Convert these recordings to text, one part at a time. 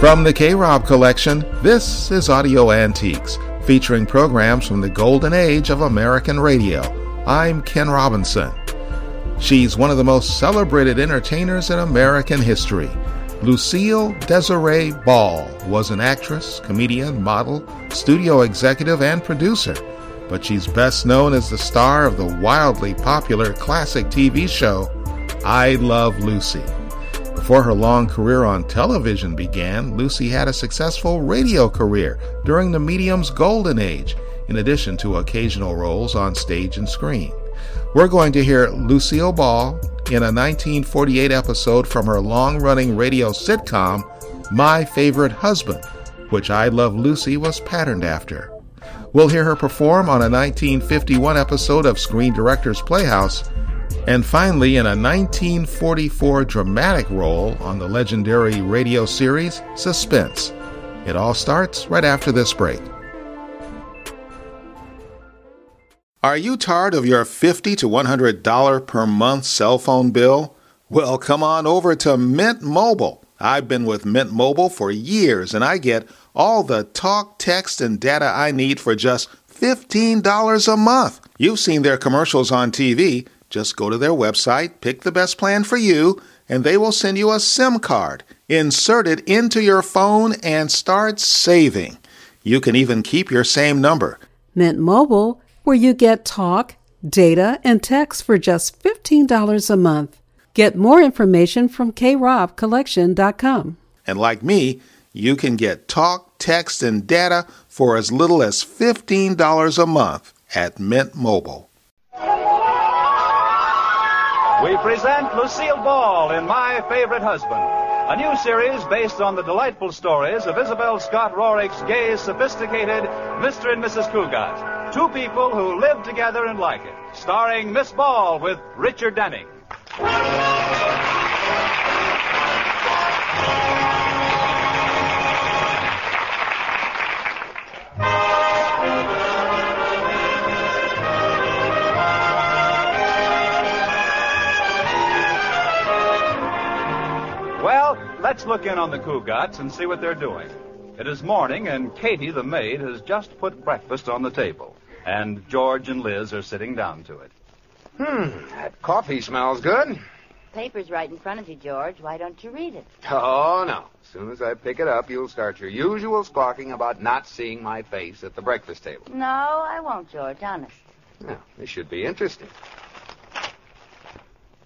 From the K Rob Collection, this is Audio Antiques, featuring programs from the golden age of American radio. I'm Ken Robinson. She's one of the most celebrated entertainers in American history. Lucille Desiree Ball was an actress, comedian, model, studio executive, and producer, but she's best known as the star of the wildly popular classic TV show, I Love Lucy. Before her long career on television began, Lucy had a successful radio career during the medium's golden age, in addition to occasional roles on stage and screen. We're going to hear Lucille Ball in a 1948 episode from her long running radio sitcom, My Favorite Husband, which I Love Lucy was patterned after. We'll hear her perform on a 1951 episode of Screen Directors Playhouse and finally in a 1944 dramatic role on the legendary radio series Suspense. It all starts right after this break. Are you tired of your $50 to $100 per month cell phone bill? Well, come on over to Mint Mobile. I've been with Mint Mobile for years and I get all the talk, text, and data I need for just $15 a month. You've seen their commercials on TV. Just go to their website, pick the best plan for you, and they will send you a SIM card. Insert it into your phone and start saving. You can even keep your same number. Mint Mobile, where you get talk, data, and text for just $15 a month. Get more information from krobcollection.com. And like me, you can get talk, text, and data for as little as $15 a month at Mint Mobile. We present Lucille Ball in My Favorite Husband, a new series based on the delightful stories of Isabel Scott Rorick's gay, sophisticated Mr. and Mrs. Cougat, two people who live together and like it, starring Miss Ball with Richard Denning. Well, let's look in on the Cougats and see what they're doing. It is morning, and Katie, the maid, has just put breakfast on the table. And George and Liz are sitting down to it. Hmm, that coffee smells good. Paper's right in front of you, George. Why don't you read it? Oh, no. As soon as I pick it up, you'll start your usual squawking about not seeing my face at the breakfast table. No, I won't, George. Honest. Now, this should be interesting.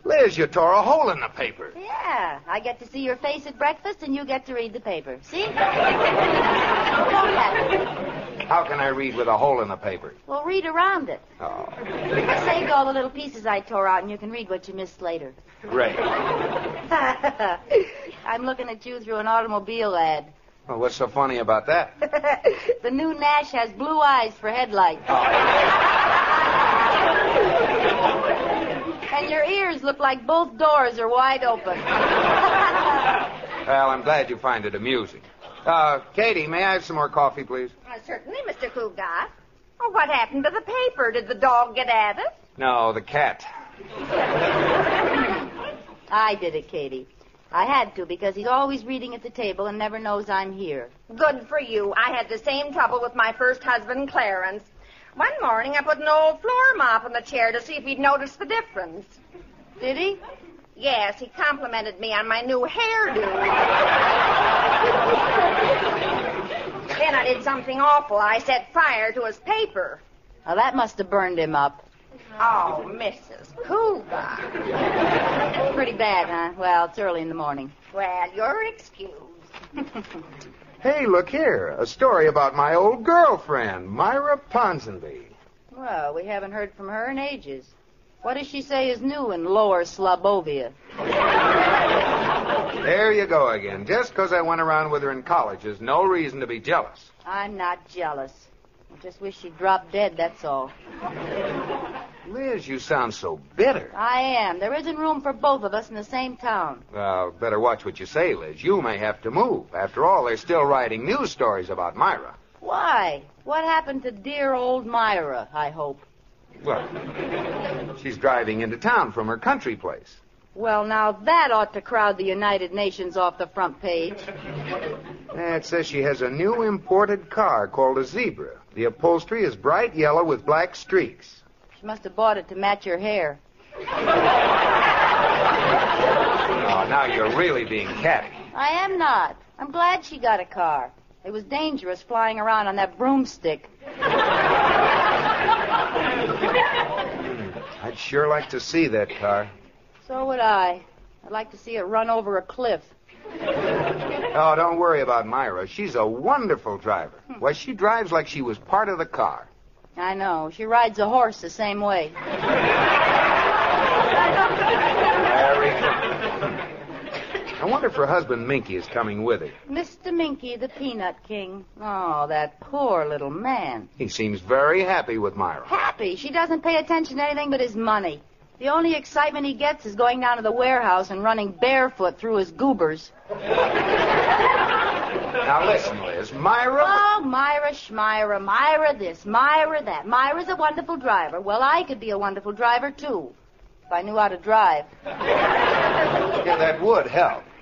Liz, you tore a hole in the paper. Yeah, I get to see your face at breakfast, and you get to read the paper. See? How can I read with a hole in the paper? well, read around it. Oh, I saved all the little pieces I tore out, and you can read what you missed later. great. I'm looking at you through an automobile ad. Well, what's so funny about that? the new Nash has blue eyes for headlights. and your ears look like both doors are wide open. Well, I'm glad you find it amusing. Uh, Katie, may I have some more coffee, please? certainly, Mr. Cougat. Oh, what happened to the paper? Did the dog get at it? No, the cat. I did it, Katie. I had to because he's always reading at the table and never knows I'm here. Good for you. I had the same trouble with my first husband, Clarence. One morning, I put an old floor mop on the chair to see if he'd notice the difference. Did he? Yes, he complimented me on my new hairdo. then I did something awful. I set fire to his paper. Now that must have burned him up. Oh, Mrs. Cougar. Pretty bad, huh? Well, it's early in the morning. Well, you're excused. Hey, look here. A story about my old girlfriend, Myra Ponsonby. Well, we haven't heard from her in ages. What does she say is new in Lower Slobovia? There you go again. Just 'cause I went around with her in college is no reason to be jealous. I'm not jealous. I just wish she'd drop dead, that's all. Liz, you sound so bitter. I am. There isn't room for both of us in the same town. Well, better watch what you say, Liz. You may have to move. After all, they're still writing news stories about Myra. Why? What happened to dear old Myra, I hope? Well, she's driving into town from her country place. Well, now that ought to crowd the United Nations off the front page. Eh, It says she has a new imported car called a Zebra. The upholstery is bright yellow with black streaks. She must have bought it to match her hair. Oh, now you're really being catty. I am not. I'm glad she got a car. It was dangerous flying around on that broomstick. Hmm. I'd sure like to see that car. So would I. I'd like to see it run over a cliff. Oh, don't worry about Myra. She's a wonderful driver. Why, she drives like she was part of the car. I know. She rides a horse the same way. Very good. I wonder if her husband Minky is coming with her. Mr. Minky, the Peanut King. Oh, that poor little man. He seems very happy with Myra. Happy. She doesn't pay attention to anything but his money. The only excitement he gets is going down to the warehouse and running barefoot through his goobers. Now listen, Liz. Myra. Oh, Myra, Schmyra, Myra this, Myra that. Myra's a wonderful driver. Well, I could be a wonderful driver, too. If I knew how to drive. Yeah, that would help.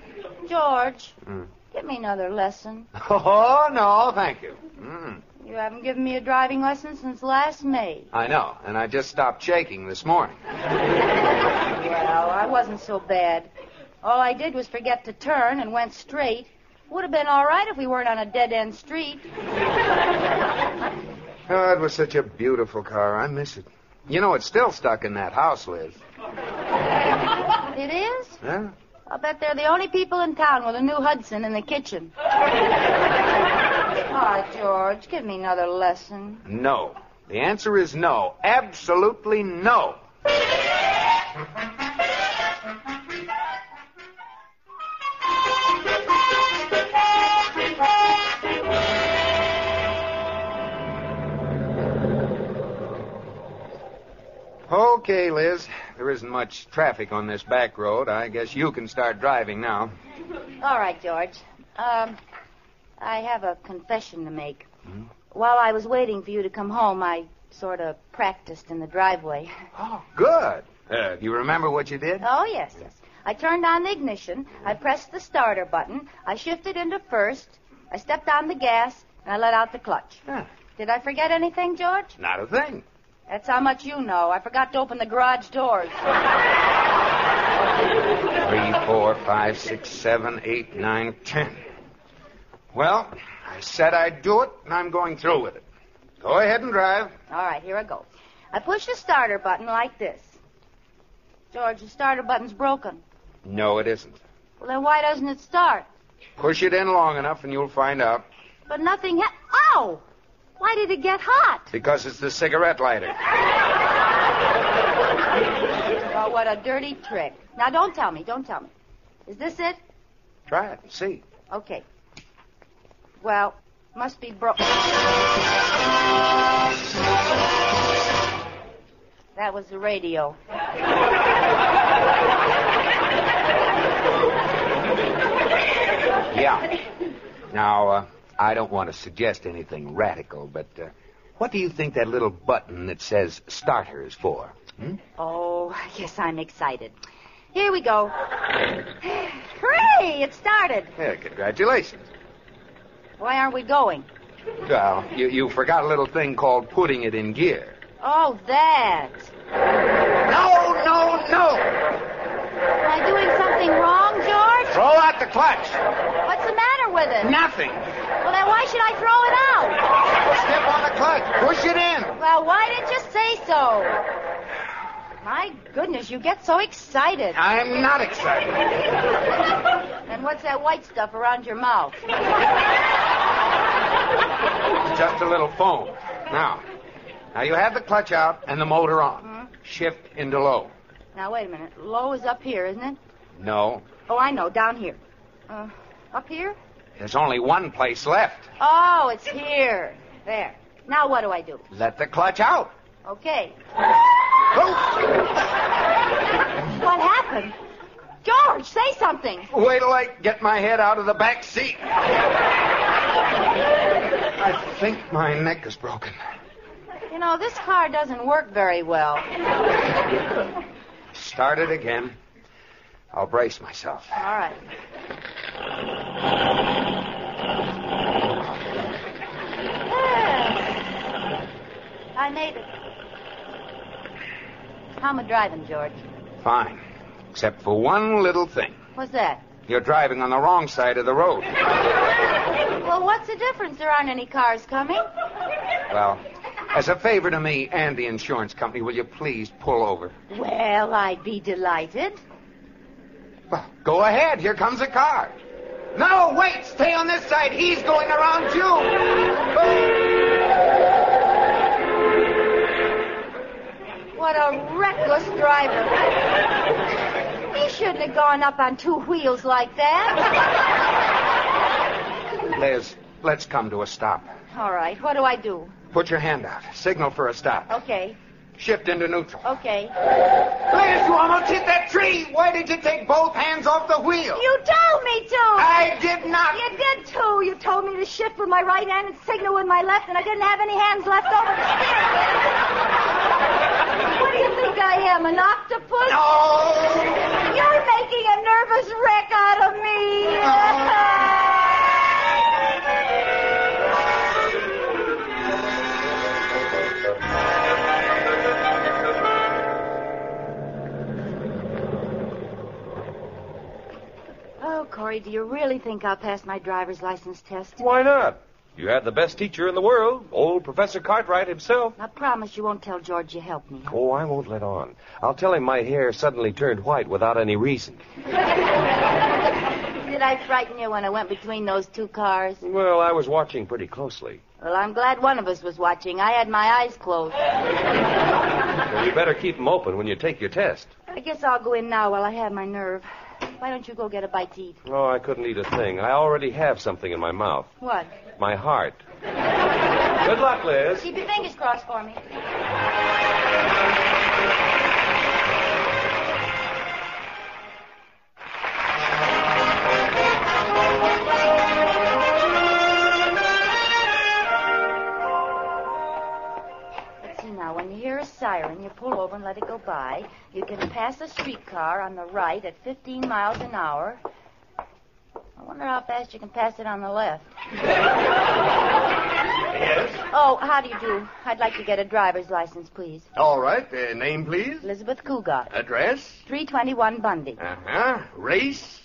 George, give me another lesson. Oh, no, thank you. Mm, You haven't given me a driving lesson since last May. I know, and I just stopped shaking this morning. Well, I wasn't so bad. All I did was forget to turn and went straight. Would have been all right if we weren't on a dead end street. Oh, it was such a beautiful car. I miss it. You know, it's still stuck in that house, Liz. It is? Huh? I'll bet they're the only people in town with a new Hudson in the kitchen. Ah, George, give me another lesson. No. The answer is no. Absolutely no. Okay, Liz. There isn't much traffic on this back road. I guess you can start driving now. All right, George. Um, I have a confession to make. While I was waiting for you to come home, I sort of practiced in the driveway. Oh, good. Uh, do you remember what you did? Oh, yes, yes. I turned on the ignition. I pressed the starter button. I shifted into first. I stepped on the gas, and I let out the clutch. Huh. Did I forget anything, George? Not a thing. That's how much you know. I forgot to open the garage doors. Three, four, five, six, seven, eight, nine, ten. Well, I said I'd do it, and I'm going through with it. Go ahead and drive. All right, here I go. I push the starter button like this. George, the starter button's broken. No, it isn't. Well, then why doesn't it start? Push it in long enough, and you'll find out. But nothing. Ha- oh! Why did it get hot? Because it's the cigarette lighter. Oh, what a dirty trick. Now, don't tell me. Don't tell me. Is this it? Try it. See. Okay. Well, must be broke. That was the radio. Yeah. Now, uh, I don't want to suggest anything radical, but uh, what do you think that little button that says starter is for? Hmm? Oh, yes, I'm excited. Here we go. Hooray! It started. Yeah, congratulations. Why aren't we going? Well, you, you forgot a little thing called putting it in gear. Oh, that. No, no, no! Am I doing something wrong, George? Throw out the clutch! What's the matter with it? Nothing! Well, then why should I throw it out? Step on the clutch! Push it in! Well, why didn't you say so? My goodness, you get so excited. I'm not excited. And what's that white stuff around your mouth? It's just a little foam. Now, now you have the clutch out and the motor on. Shift into low. Now, wait a minute. Low is up here, isn't it? No, Oh, I know, down here. Uh, up here? there's only one place left. Oh, it's here. There. Now, what do I do? Let the clutch out. Okay. What happened? George, say something. Wait till I get my head out of the back seat. I think my neck is broken. You know, this car doesn't work very well. Start it again. I'll brace myself. All right. Yes. I made it. How am I driving, George? Fine. Except for one little thing. What's that? You're driving on the wrong side of the road. Well, what's the difference? There aren't any cars coming. Well, as a favor to me and the insurance company, will you please pull over? Well, I'd be delighted. Well, go ahead. Here comes a car. No, wait. Stay on this side. He's going around you. Oh, What a reckless driver. He shouldn't have gone up on two wheels like that. Liz, let's come to a stop. All right, what do I do? Put your hand out. Signal for a stop. Okay, Shift into neutral. okay. Liz, you almost hit that tree. Why did you take both hands off the wheel? You told me to! I did not. You did too. You told me to shift with my right hand and signal with my left, and I didn't have any hands left over to steer. what do you think I am, an octopus? No. You're making a nervous wreck out of me. Uh-huh. Oh, Corey, do you really think I'll pass my driver's license test? Why not? You have the best teacher in the world, old Professor Cartwright himself. I promise you won't tell George you helped me. Oh, I won't let on. I'll tell him my hair suddenly turned white without any reason. Did I frighten you when I went between those two cars? Well, I was watching pretty closely. Well, I'm glad one of us was watching. I had my eyes closed. Well, you better keep 'em open when you take your test. I guess I'll go in now while I have my nerve. Why don't you go get a bite to eat? Oh, I couldn't eat a thing. I already have something in my mouth. What? My heart. Good luck, Liz. Keep your fingers crossed for me. Let's see now. When you hear a siren, you pull over and let it go by. You can pass a streetcar on the right at 15 miles an hour. I wonder how fast you can pass it on the left. Oh, how do you do? I'd like to get a driver's license, please. All right. Uh, name, please. Elizabeth Cougat, Address. 321 Bundy. Uh huh. Race.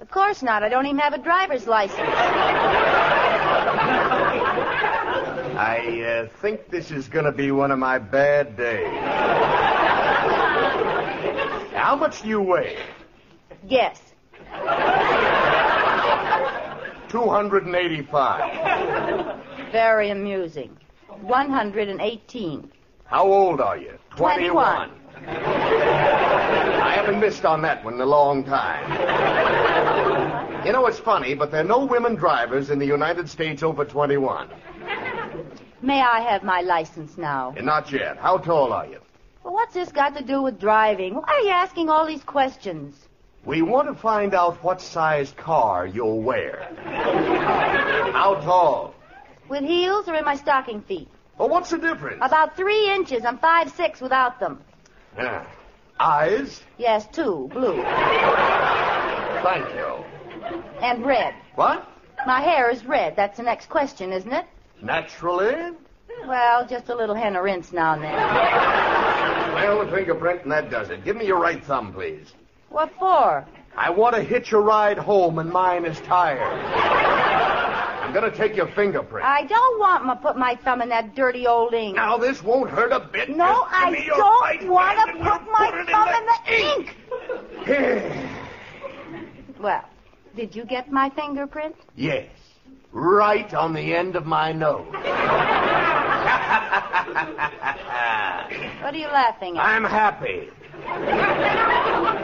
Of course not. I don't even have a driver's license. I uh, think this is going to be one of my bad days. How much do you weigh? Yes. 285. Very amusing. 118. How old are you? 21. I haven't missed on that one in a long time. You know, it's funny, but there are no women drivers in the United States over 21. May I have my license now? And not yet. How tall are you? Well, what's this got to do with driving? Why are you asking all these questions? We want to find out what size car you'll wear. How tall? With heels or in my stocking feet? Well, what's the difference? About three inches. I'm five six without them. Ah. Yeah. Eyes? Yes, two, blue Thank you. and red. What? My hair is red. That's the next question, isn't it? Naturally? Well, just a little henna rinse now and then. Well, the fingerprint, and that does it. Give me your right thumb, please. What for? I want to hitch a ride home, and mine is tired. I'm going to take your fingerprint. I don't want to put my thumb in that dirty old ink. Now, this won't hurt a bit. No, Just give I me your right don't want hand to and we'll put my put it thumb in the ink. ink. Well, did you get my fingerprint? Yes. Right on the end of my nose. What are you laughing at? I'm happy.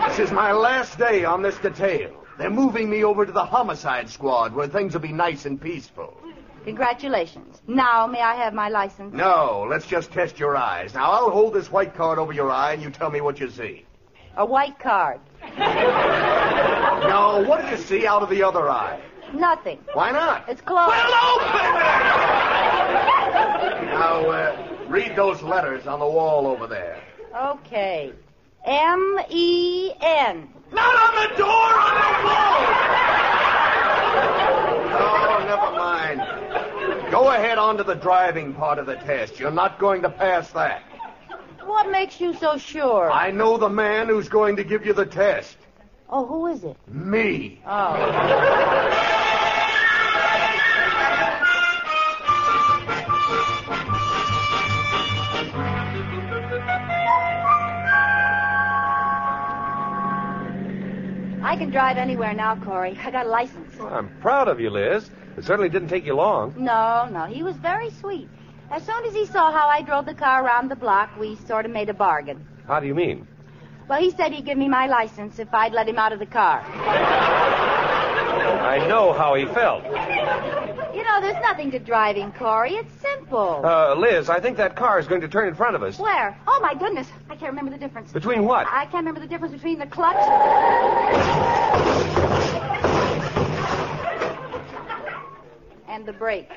this is my last day on this detail. They're moving me over to the homicide squad where things will be nice and peaceful. Congratulations. Now, may I have my license? No, let's just test your eyes. Now, I'll hold this white card over your eye and you tell me what you see. A white card. No, what do you see out of the other eye? Nothing. Why not? It's closed. Well, open it! Now, uh, read those letters on the wall over there. Okay. M E N. Not on the door, on the wall! Oh, never mind. Go ahead on to the driving part of the test. You're not going to pass that. What makes you so sure? I know the man who's going to give you the test. Oh, who is it? Me. Oh. I can drive anywhere now, Corey. I got a license. I'm proud of you, Liz. It certainly didn't take you long. No, no. He was very sweet. As soon as he saw how I drove the car around the block, we sort of made a bargain. How do you mean? Well, he said he'd give me my license if I'd let him out of the car. I know how he felt. You know, there's nothing to driving, Corey. It's simple. Uh, Liz, I think that car is going to turn in front of us. Where? Oh, my goodness. I can't remember the difference. Between what? I can't remember the difference between the clutch. And the brake.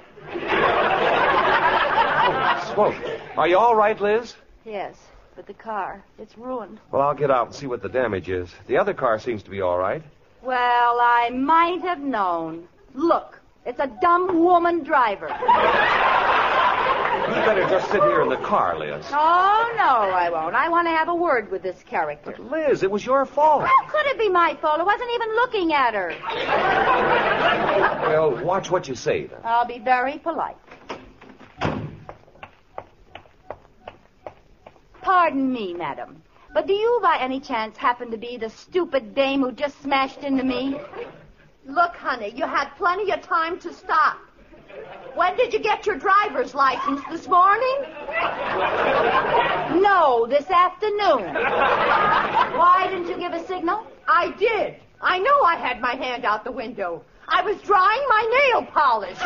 Smoke. Are you all right, Liz? Yes, but the car, it's ruined. Well, I'll get out and see what the damage is. The other car seems to be all right. Well, I might have known. Look, it's a dumb woman driver. Oh, You better just sit here in the car, Liz. Oh, no, I won't. I want to have a word with this character. Liz, it was your fault. How could it be my fault? I wasn't even looking at her. Well, watch what you say, then. I'll be very polite. Pardon me, madam, but do you by any chance happen to be the stupid dame who just smashed into me? Look, honey, you had plenty of time to stop. When did you get your driver's license this morning? No, this afternoon. Why didn't you give a signal? I did. I know I had my hand out the window. I was drying my nail polish.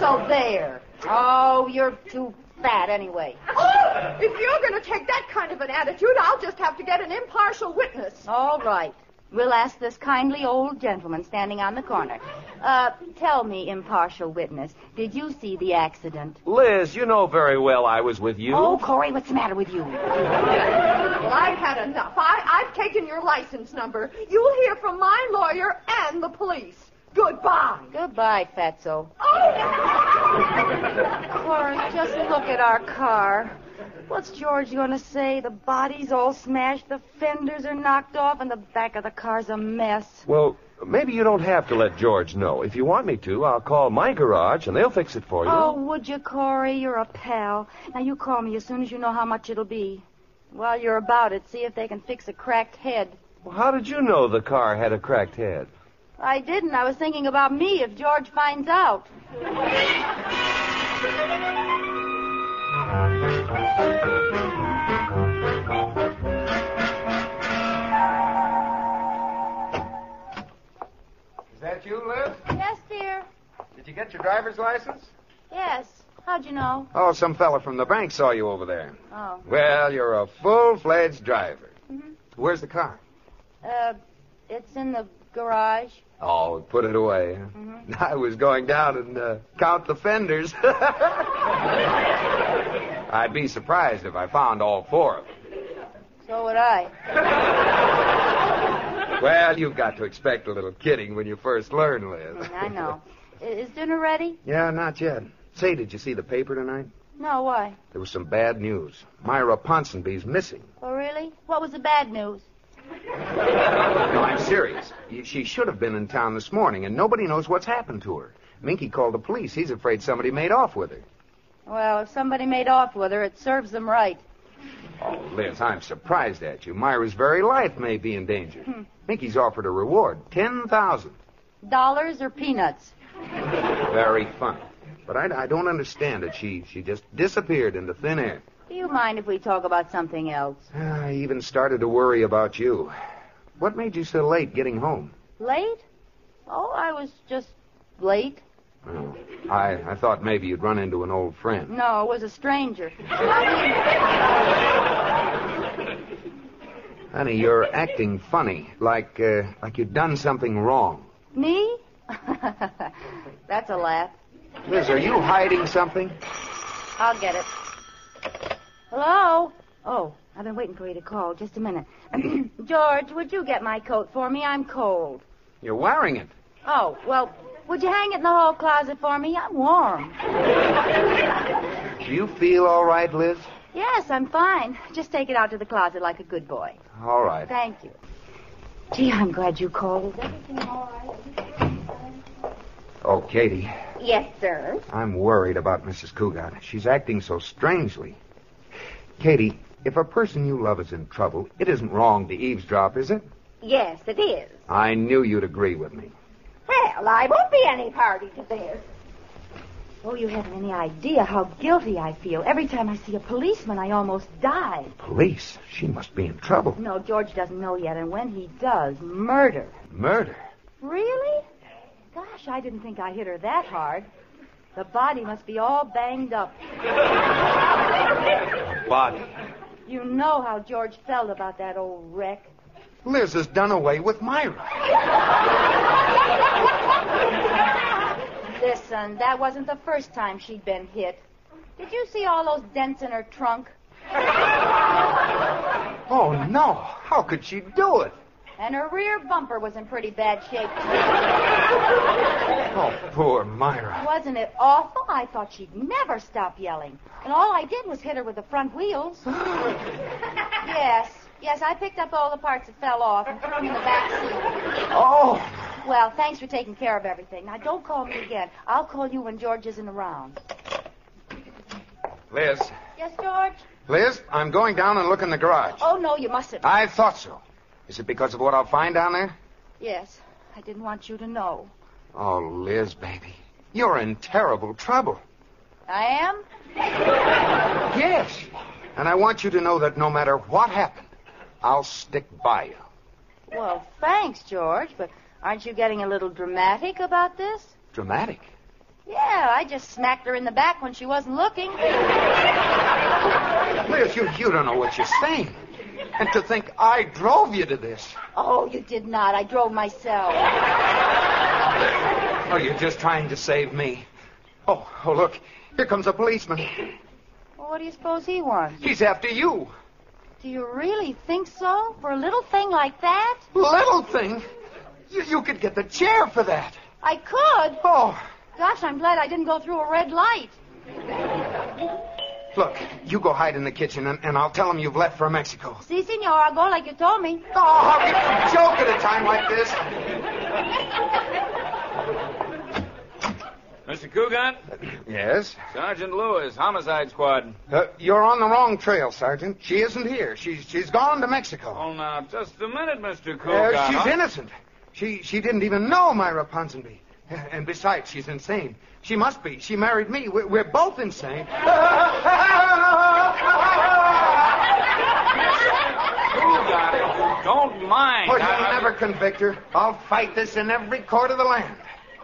So there. Oh, you're too fat anyway. Oh, if you're going to take that kind of an attitude, I'll just have to get an impartial witness. All right. We'll ask this kindly old gentleman standing on the corner. Uh, tell me, impartial witness, did you see the accident? Liz, you know very well I was with you. Oh, Corey, what's the matter with you? Well, I've had enough. I, I've taken your license number. You'll hear from my lawyer and the police. Goodbye. Goodbye, Fatso. Oh! Corey, just look at our car. What's George going to say? The body's all smashed, the fenders are knocked off, and the back of the car's a mess. Well, maybe you don't have to let George know. If you want me to, I'll call my garage and they'll fix it for you. Oh, would you, Corey? You're a pal. Now, you call me as soon as you know how much it'll be. While you're about it, see if they can fix a cracked head. Oh. Well, How did you know the car had a cracked head? I didn't. I was thinking about me if George finds out. Is that you, Liz? Yes, dear. Did you get your driver's license? Yes. How'd you know? Oh, some fella from the bank saw you over there. Oh. Well, you're a full-fledged driver. Where's the car? Mm-hmm. Uh, it's in the garage. Oh, put it away. huh? Mm-hmm. I was going down and uh, count the fenders. I'd be surprised if I found all four of them. So would I. Well, you've got to expect a little kidding when you first learn, Liz. I know. I- Is dinner ready? yeah, not yet. Say, did you see the paper tonight? No, why? There was some bad news. Myra Ponsonby's missing. Oh, really? What was the bad news? No, I'm serious. She should have been in town this morning, and nobody knows what's happened to her. Minky called the police. He's afraid somebody made off with her. Well, if somebody made off with her, it serves them right. Oh, Liz, I'm surprised at you. Myra's very life may be in danger. Hmm. Minky's offered a reward, ten thousand. Dollars or peanuts? Very funny. But I, I don't understand it. She she just disappeared into thin air. Do you mind if we talk about something else? I even started to worry about you. What made you so late getting home? Late? Oh, I was just late. Well, I, I thought maybe you'd run into an old friend. No, it was a stranger. Honey, you're acting funny, like uh, like you've done something wrong. Me? That's a laugh. Liz, are you hiding something? I'll get it. Hello? Oh, I've been waiting for you to call. Just a minute. George, would you get my coat for me? I'm cold. You're wearing it. Oh, well, would you hang it in the hall closet for me? I'm warm. Do you feel all right, Liz? Yes, I'm fine. Just take it out to the closet like a good boy. All right. Thank you. Gee, I'm glad you called. Is everything all Oh, Katie, Yes, sir. I'm worried about Mrs. Cougat. She's acting so strangely. Katie, if a person you love is in trouble, it isn't wrong to eavesdrop, is it? Yes, it is. I knew you'd agree with me. Well, I won't be any party to this. Oh, you haven't any idea how guilty I feel. Every time I see a policeman, I almost die. Police? She must be in trouble. No, George doesn't know yet, and when he does, murder. Murder? Really? Gosh, I didn't think I hit her that hard. The body must be all banged up. Body. You know how George felt about that old wreck. Liz has done away with Myra. Listen, that wasn't the first time she'd been hit. Did you see all those dents in her trunk? Oh, no. How could she do it? And her rear bumper was in pretty bad shape. Oh, poor Myra. Wasn't it awful? I thought she'd never stop yelling. And all I did was hit her with the front wheels. yes, yes, I picked up all the parts that fell off and threw them in the back seat. Oh, Well, thanks for taking care of everything. Now, don't call me again. I'll call you when George isn't around. Liz. Yes, George? Liz, I'm going down and look in the garage. Oh, no, you mustn't. I thought so. Is it because of what I'll find down there? Yes, I didn't want you to know. Oh, Liz, baby. You're in terrible trouble. I am? Yes. And I want you to know that no matter what happened, I'll stick by you. Well, thanks, George, but aren't you getting a little dramatic about this? Dramatic. Yeah, I just smacked her in the back when she wasn't looking. Liz, you, you don't know what you're saying. And to think I drove you to this. Oh, you did not. I drove myself. Oh, you're just trying to save me. Oh, oh, look. Here comes a policeman. Well, what do you suppose he wants? He's after you. Do you really think so? For a little thing like that? Little thing. You, you could get the chair for that. I could. Oh, Gosh, I'm glad I didn't go through a red light. look. You go hide in the kitchen, and, and I'll tell him you've left for Mexico. See, si, senor, I'll go like you told me. Oh, how can you joke at a time like this? Mr. Coogan, Yes. Sergeant Lewis, Homicide Squad. Uh, you're on the wrong trail, Sergeant. She isn't here. She's she's gone to Mexico. Oh, now, just a minute, Mr. Uh, Coogan. she's huh? innocent. She she didn't even know Myra Ponsonby. Uh, And besides, she's insane. She must be. She married me. We're, we're both insane. Coogan, don't mind. But I- you'll never convict her. I'll fight this in every court of the land.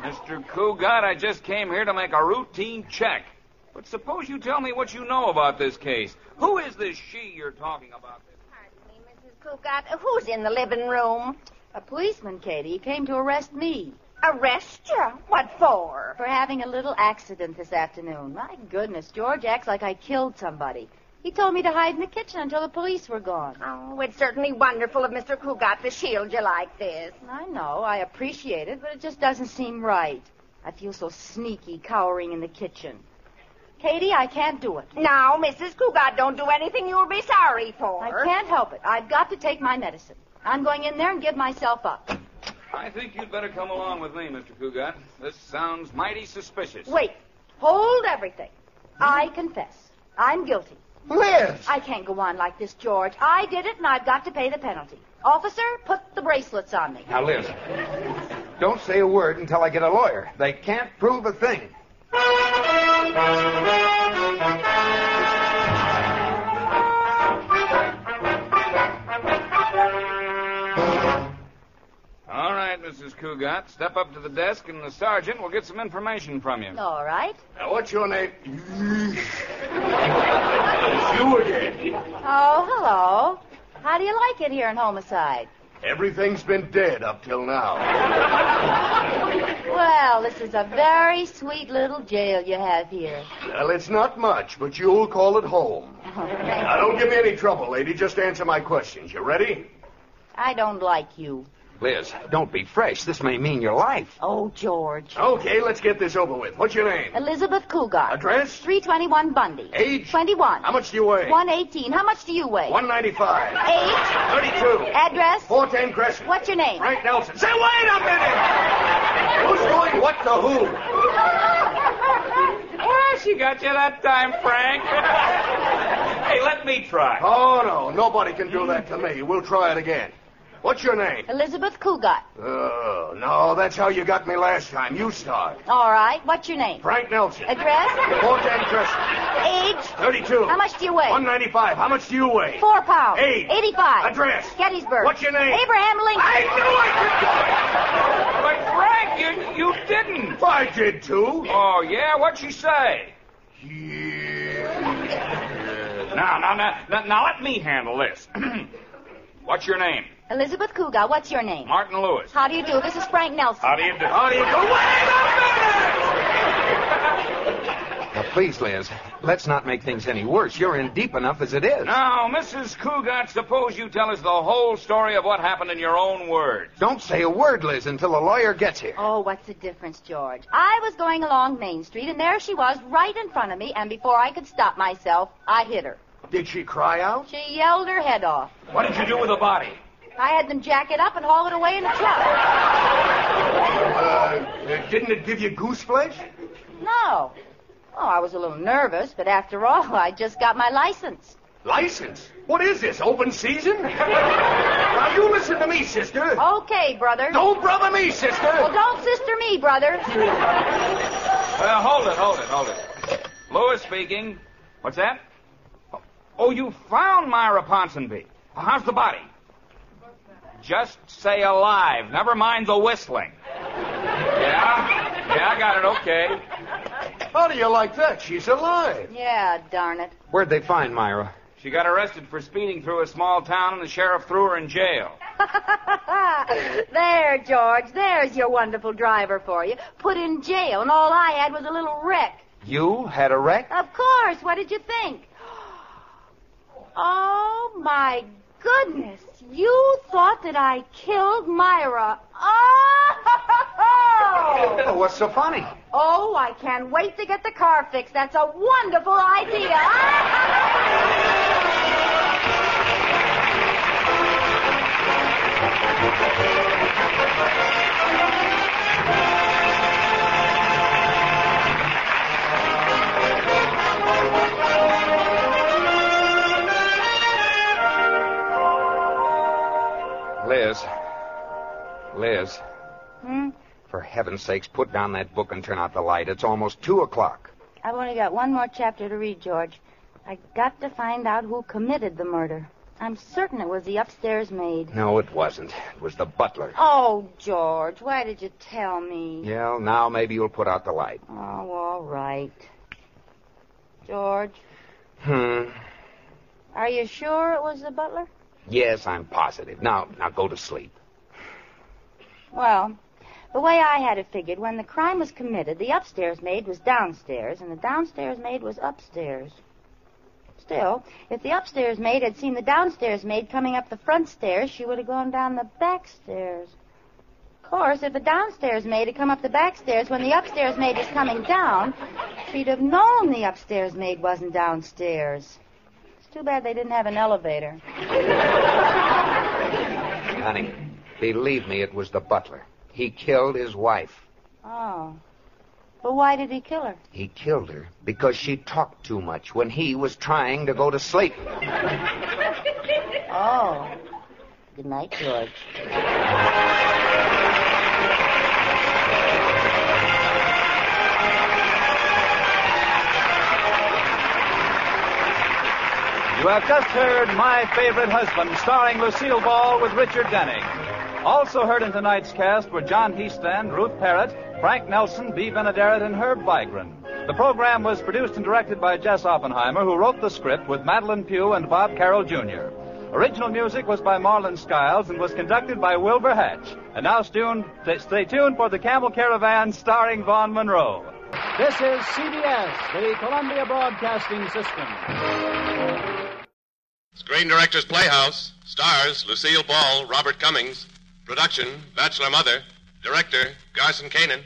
Mr. Coogan, I just came here to make a routine check. But suppose you tell me what you know about this case. Who is this she you're talking about? Pardon me, Mrs. Cougat. Who's in the living room? A policeman, Katie, he came to arrest me Arrest you? What for? for having a little accident this afternoon. My goodness, George acts like I killed somebody. He told me to hide in the kitchen until the police were gone. Oh, it's certainly wonderful of Mr. Cougat to shield you like this. I know, I appreciate it, but it just doesn't seem right. I feel so sneaky cowering in the kitchen. Katie, I can't do it. Now, Mrs. Cougat, don't do anything you'll be sorry for. I can't help it. I've got to take my medicine. I'm going in there and give myself up. I think you'd better come along with me, Mr. Coogan. This sounds mighty suspicious. Wait. Hold everything. I confess. I'm guilty. Liz! I can't go on like this, George. I did it, and I've got to pay the penalty. Officer, put the bracelets on me. Now, Liz, don't say a word until I get a lawyer. They can't prove a thing. All right, Miss Mrs. Cougat. Step up to the desk, and the sergeant will get some information from you. All right. Now, what's your name? it's you again. Oh, hello. How do you like it here in Homicide? Everything's been dead up till now. Well, this is a very sweet little jail you have here. Well, it's not much, but you'll call it home. Now, don't give me any trouble, lady. Just answer my questions. You ready? I don't like you. Liz, don't be fresh. This may mean your life. Oh, George. Okay, let's get this over with. What's your name? Elizabeth Cougar. Address? 321 Bundy. Age? 21. How much do you weigh? 118. How much do you weigh? 195. Age? 32. Address? 410 Crescent. What's your name? Frank Nelson. Say, wait a minute! Who's doing what to who? Well, Ah, she got you that time, Frank. hey, let me try. Oh, no. Nobody can do that to me. We'll try it again. What's your name? Elizabeth Cougar. Oh, no. That's how you got me last time. You start. All right. What's your name? Frank Nelson. Address? 410 Crescent. Age? 32. How much do you weigh? 195. How much do you weigh? Four pounds. Age. 85. Address. Gettysburg. What's your name? Abraham Lincoln. I knew But, Frank, you, you didn't. I could do it! I did, too. Oh, yeah? What'd she say? Now, now, now, now, now let me handle this. What's your name? Elizabeth Cougar. What's your name? Martin Lewis. How do you do? This is Frank Nelson. How do you do? How do you go? Wait a minute! Now, please, Liz, let's not make things any worse. You're in deep enough as it is. Now, Mrs. Cougat, suppose you tell us the whole story of what happened in your own words. Don't say a word, Liz, until the lawyer gets here. Oh, what's the difference, George? I was going along Main Street, and there she was right in front of me, and before I could stop myself, I hit her. Did she cry out? She yelled her head off. What did you do with the body? I had them jack it up and haul it away in a truck. Uh, didn't it give you goose flesh? No. Oh, I was a little nervous, but after all, I just got my license. License? What is this, open season? now, you listen to me, sister. Okay, brother. Don't brother me, Well, sister. don't sister me, brother. Uh, hold it, hold it, hold it. Lewis speaking. What's that? Oh, Oh, you found Myra Ponsonby. Well, How's the body? Just say alive. Never mind the whistling. Yeah? Yeah, I got it. Okay. How do you like that? She's alive. Yeah, darn it. Where'd they find Myra? She got arrested for speeding through a small town, and the sheriff threw her in jail. Ah, there, George. There's your wonderful driver for you. Put in jail, and all I had was a little wreck. You had a wreck? Of course. What did you think? Oh, my goodness. You thought that I killed Myra. Oh! Oh, what's so funny? Oh, I can't wait to get the car fixed. That's a wonderful idea. Liz. Liz. Hmm? For heaven's sakes, put down that book and turn out the light. It's almost two o'clock. I've only got one more chapter to read, George. I got to find out who committed the murder. I'm certain it was the upstairs maid. No, it wasn't. It was the butler. Oh, George, why did you tell me? Yeah, now maybe you'll put out the light. Oh, all right. George, Hmm. are you sure it was the butler? Yes, I'm positive. Now, now go to sleep. Well, the way I had it figured, when the crime was committed, the upstairs maid was downstairs, and the downstairs maid was upstairs. Still, if the upstairs maid had seen the downstairs maid coming up the front stairs, she would have gone down the back stairs. Of course, if the downstairs maid had come up the back stairs when the upstairs maid was coming down, she'd have known the upstairs maid wasn't downstairs. It's too bad they didn't have an elevator. Honey, believe me, it was the butler. He killed his wife. Oh. But why did he kill her? He killed her because she talked too much when he was trying to go to sleep. Oh. Good night, George. You have just heard My Favorite Husband, starring Lucille Ball with Richard Denning. Also heard in tonight's cast were John Heastand, Ruth Parrott, Frank Nelson, B. Benaderet, and Herb Vigran. The program was produced and directed by Jess Oppenheimer, who wrote the script with Madeline Pugh and Bob Carroll Jr. Original music was by Marlon Skiles and was conducted by Wilbur Hatch. And now stun- t- stay tuned for The Camel Caravan starring Vaughn Monroe. This is CBS, the Columbia Broadcasting System. Screen Directors Playhouse stars Lucille Ball, Robert Cummings. Production Bachelor Mother. Director Garson Kanan.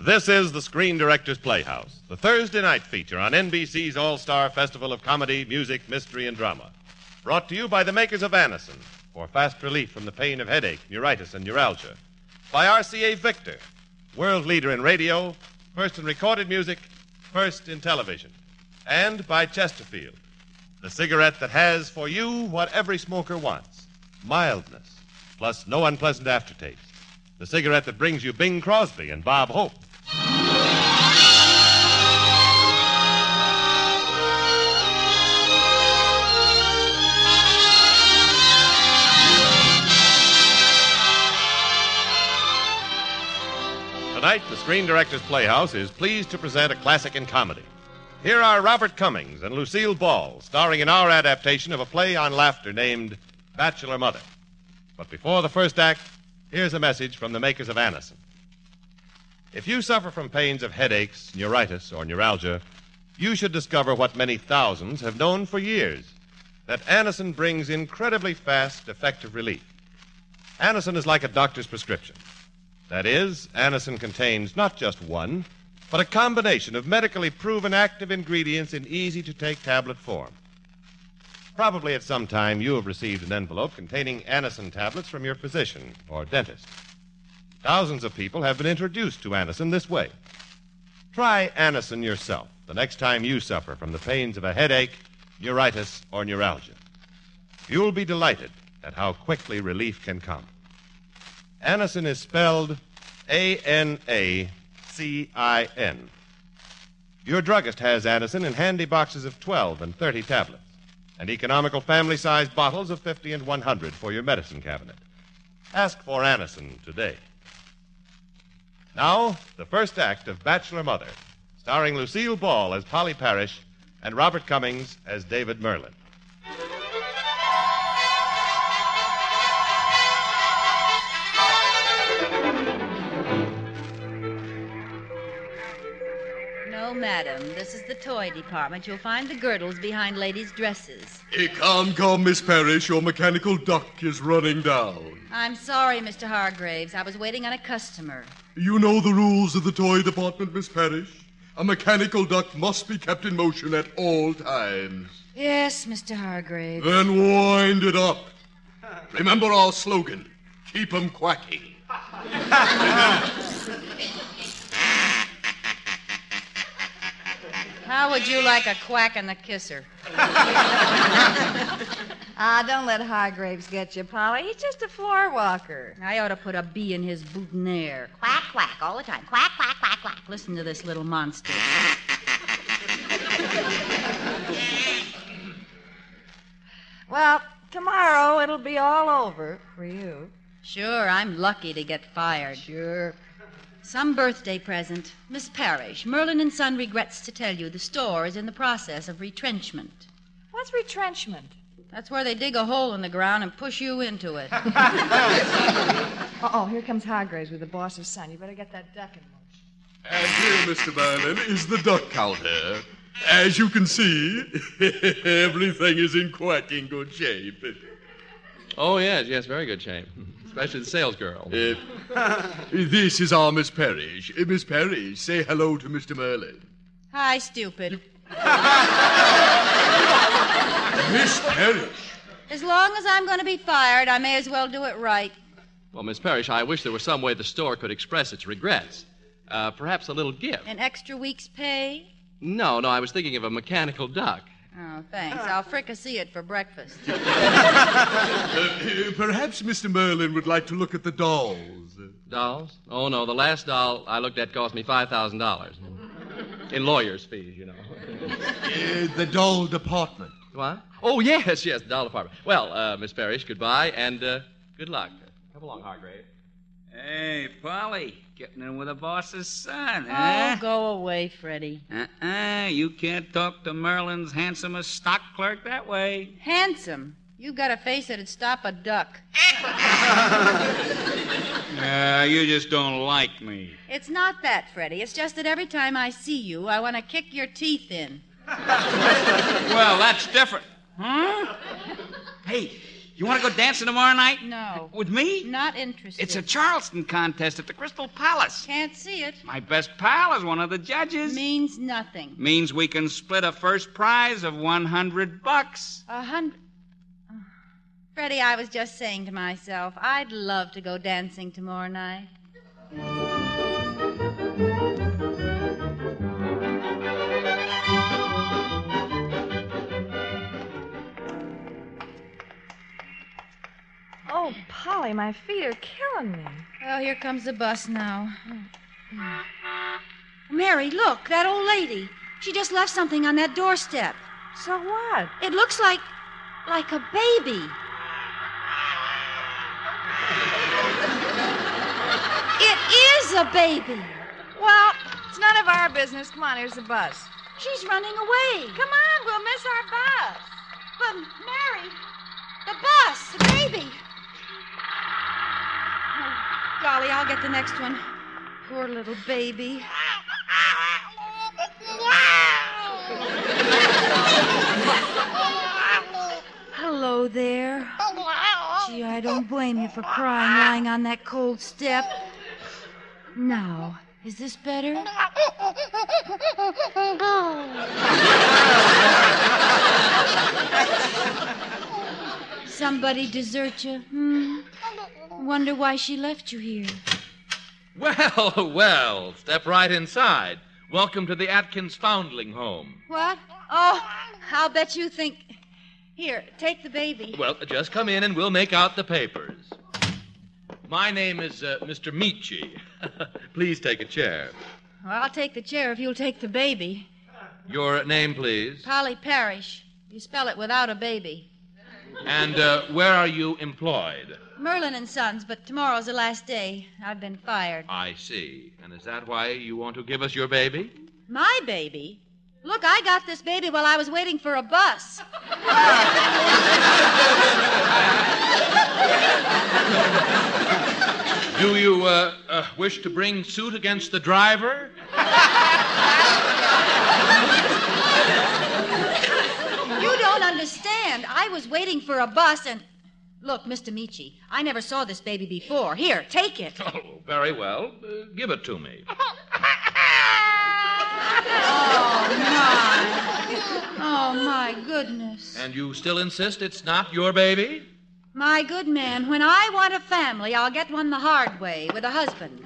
This is the Screen Directors Playhouse, the Thursday night feature on NBC's All Star Festival of Comedy, Music, Mystery, and Drama. Brought to you by the makers of Anacin for fast relief from the pain of headache, neuritis, and neuralgia. By RCA Victor, world leader in radio, first in recorded music, first in television. And by Chesterfield, the cigarette that has for you what every smoker wants mildness, plus no unpleasant aftertaste. The cigarette that brings you Bing Crosby and Bob Hope. Tonight, the Screen Directors Playhouse is pleased to present a classic in comedy. Here are Robert Cummings and Lucille Ball, starring in our adaptation of a play on laughter named Bachelor Mother. But before the first act, here's a message from the makers of Anacin. If you suffer from pains of headaches, neuritis, or neuralgia, you should discover what many thousands have known for years that Anacin brings incredibly fast, effective relief. Anacin is like a doctor's prescription. That is, Anacin contains not just one, but a combination of medically proven active ingredients in easy to take tablet form. Probably at some time you have received an envelope containing Anacin tablets from your physician or dentist. Thousands of people have been introduced to Anacin this way. Try Anacin yourself the next time you suffer from the pains of a headache, neuritis, or neuralgia. You'll be delighted at how quickly relief can come. Anacin is spelled A N A C I N. Your druggist has Anacin in handy boxes of 12 and 30 tablets, and economical family sized bottles of 50 and 100 for your medicine cabinet. Ask for Anacin today. Now, the first act of Bachelor Mother, starring Lucille Ball as Polly Parrish and Robert Cummings as David Merlin. No, madam. This is the toy department. You'll find the girdles behind ladies' dresses. Come, come, Miss Parrish. Your mechanical duck is running down. I'm sorry, Mr. Hargraves. I was waiting on a customer. You know the rules of the toy department, Miss Parrish. A mechanical duck must be kept in motion at all times. Yes, Mr. Hargraves. Then wind it up. Remember our slogan keep 'em quacking. How would you like a quack and a kisser? Ah, don't let Hargraves get you, Polly. He's just a floor walker. I ought to put a bee in his boutonniere. Quack, quack, all the time. Quack, quack, quack, quack. Listen to this little monster. Well, tomorrow it'll be all over for you. Sure, I'm lucky to get fired. Sure. Some birthday present. Miss Parrish, Merlin and Son regrets to tell you the store is in the process of retrenchment. What's retrenchment? That's where they dig a hole in the ground and push you into it. Uh-oh, here comes Hargraves with the boss's son. You better get that duck in motion. And here, Mr. Merlin, is the duck counter. As you can see, everything is in quacking good shape. Oh, yes, yes, very good shape. Especially the sales girl. Uh, this is our Miss Parrish. Uh, Miss Parrish, say hello to Mr. Merlin. Hi, stupid. Miss Parrish. As long as I'm going to be fired, I may as well do it right. Well, Miss Parrish, I wish there were some way the store could express its regrets. Uh, perhaps a little gift. An extra week's pay? No, no, I was thinking of a mechanical duck. Oh, thanks. I'll fricassee it for breakfast. Uh, uh, perhaps Mr. Merlin would like to look at the dolls. uh, Dolls? Oh, no. The last doll I looked at cost me $5,000 in lawyer's fees, you know. Uh, the doll department. What? Oh, yes, yes, the doll department. Well, uh, Miss Parrish, goodbye and uh, good luck. Come along, Hargrave. Hey, Polly, getting in with the boss's son, Oh, huh? go away, Freddie. Uh-uh, you can't talk to Merlin's handsomest stock clerk that way. Handsome. You've got a face that'd stop a duck. Uh, you just don't like me. It's not that, Freddie. It's just that every time I see you, I want to kick your teeth in. Well, that's different. Huh? Hey, you want to go dancing tomorrow night? No. With me? Not interested. It's a Charleston contest at the Crystal Palace. Can't see it. My best pal is one of the judges. Means nothing. Means we can split a first prize of 100 bucks. A hundred. Freddie, I was just saying to myself, I'd love to go dancing tomorrow night. Oh, Polly, my feet are killing me. Well, here comes the bus now. Mary, look, that old lady. She just left something on that doorstep. So what? It looks like like a baby. It is a baby. Well, it's none of our business. Come on, here's the bus. She's running away. Come on, we'll miss our bus. But Mary, the bus, the baby. Oh, golly, I'll get the next one. Poor little baby. Hello there. Gee, I don't blame you for crying lying on that cold step. Now, is this better? Somebody desert you? Hmm. Wonder why she left you here. Well, well, step right inside. Welcome to the Atkins Foundling Home. What? Oh, I'll bet you think. Here, take the baby. Well, just come in and we'll make out the papers. My name is uh, Mr. Michi. please take a chair. Well, I'll take the chair if you'll take the baby. Your name, please. Polly Parrish. You spell it without a baby. And uh, where are you employed? Merlin and Sons, but tomorrow's the last day. I've been fired. I see. And is that why you want to give us your baby? My baby? Look, I got this baby while I was waiting for a bus. Do you uh, uh, wish to bring suit against the driver? You don't understand. I was waiting for a bus and. Look, Mr. Michi, I never saw this baby before. Here, take it. Oh, very well. Uh, give it to me. Oh, my goodness. And you still insist it's not your baby? My good man, when I want a family, I'll get one the hard way with a husband.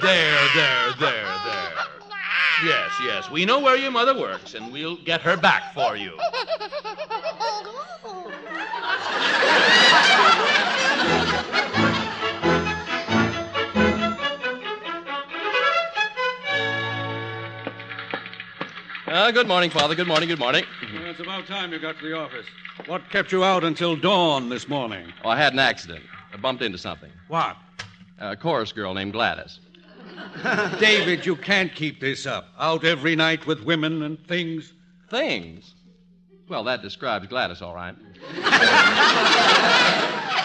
There, there, there, there. Yes, yes. We know where your mother works, and we'll get her back for you. Uh, good morning, Father. Good morning, good morning. Well, it's about time you got to the office. What kept you out until dawn this morning? Oh, I had an accident. I bumped into something. What? A chorus girl named Gladys. David, you can't keep this up. Out every night with women and things. Things? Well, that describes Gladys, all right.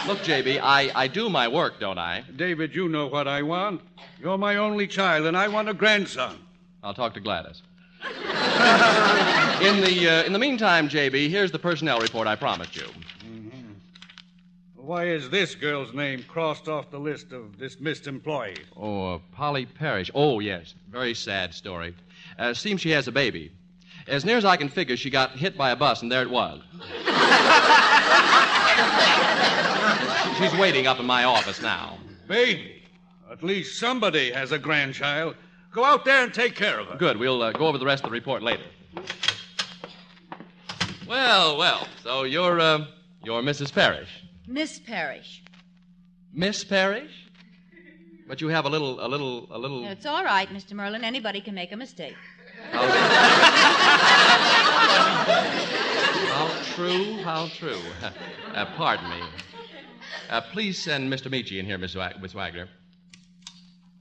Look, JB, I, I do my work, don't I? David, you know what I want. You're my only child, and I want a grandson. I'll talk to Gladys. In the, uh, in the meantime, JB, here's the personnel report I promised you. Why is this girl's name crossed off the list of dismissed employees? Oh, uh, Polly Parrish. Oh, yes. Very sad story. Uh, seems she has a baby. As near as I can figure, she got hit by a bus, and there it was. She- She's waiting up in my office now. Baby. At least somebody has a grandchild. Go out there and take care of her. Good. We'll uh, go over the rest of the report later. Well, well. So you're, uh, you're Mrs. Parrish. Miss Parrish. Miss Parrish? But you have a little, a little, a little. It's all right, Mr. Merlin. Anybody can make a mistake. How true, how true. Uh, pardon me. Uh, please send Mr. Meachie in here, Miss, Wag- Miss Wagner.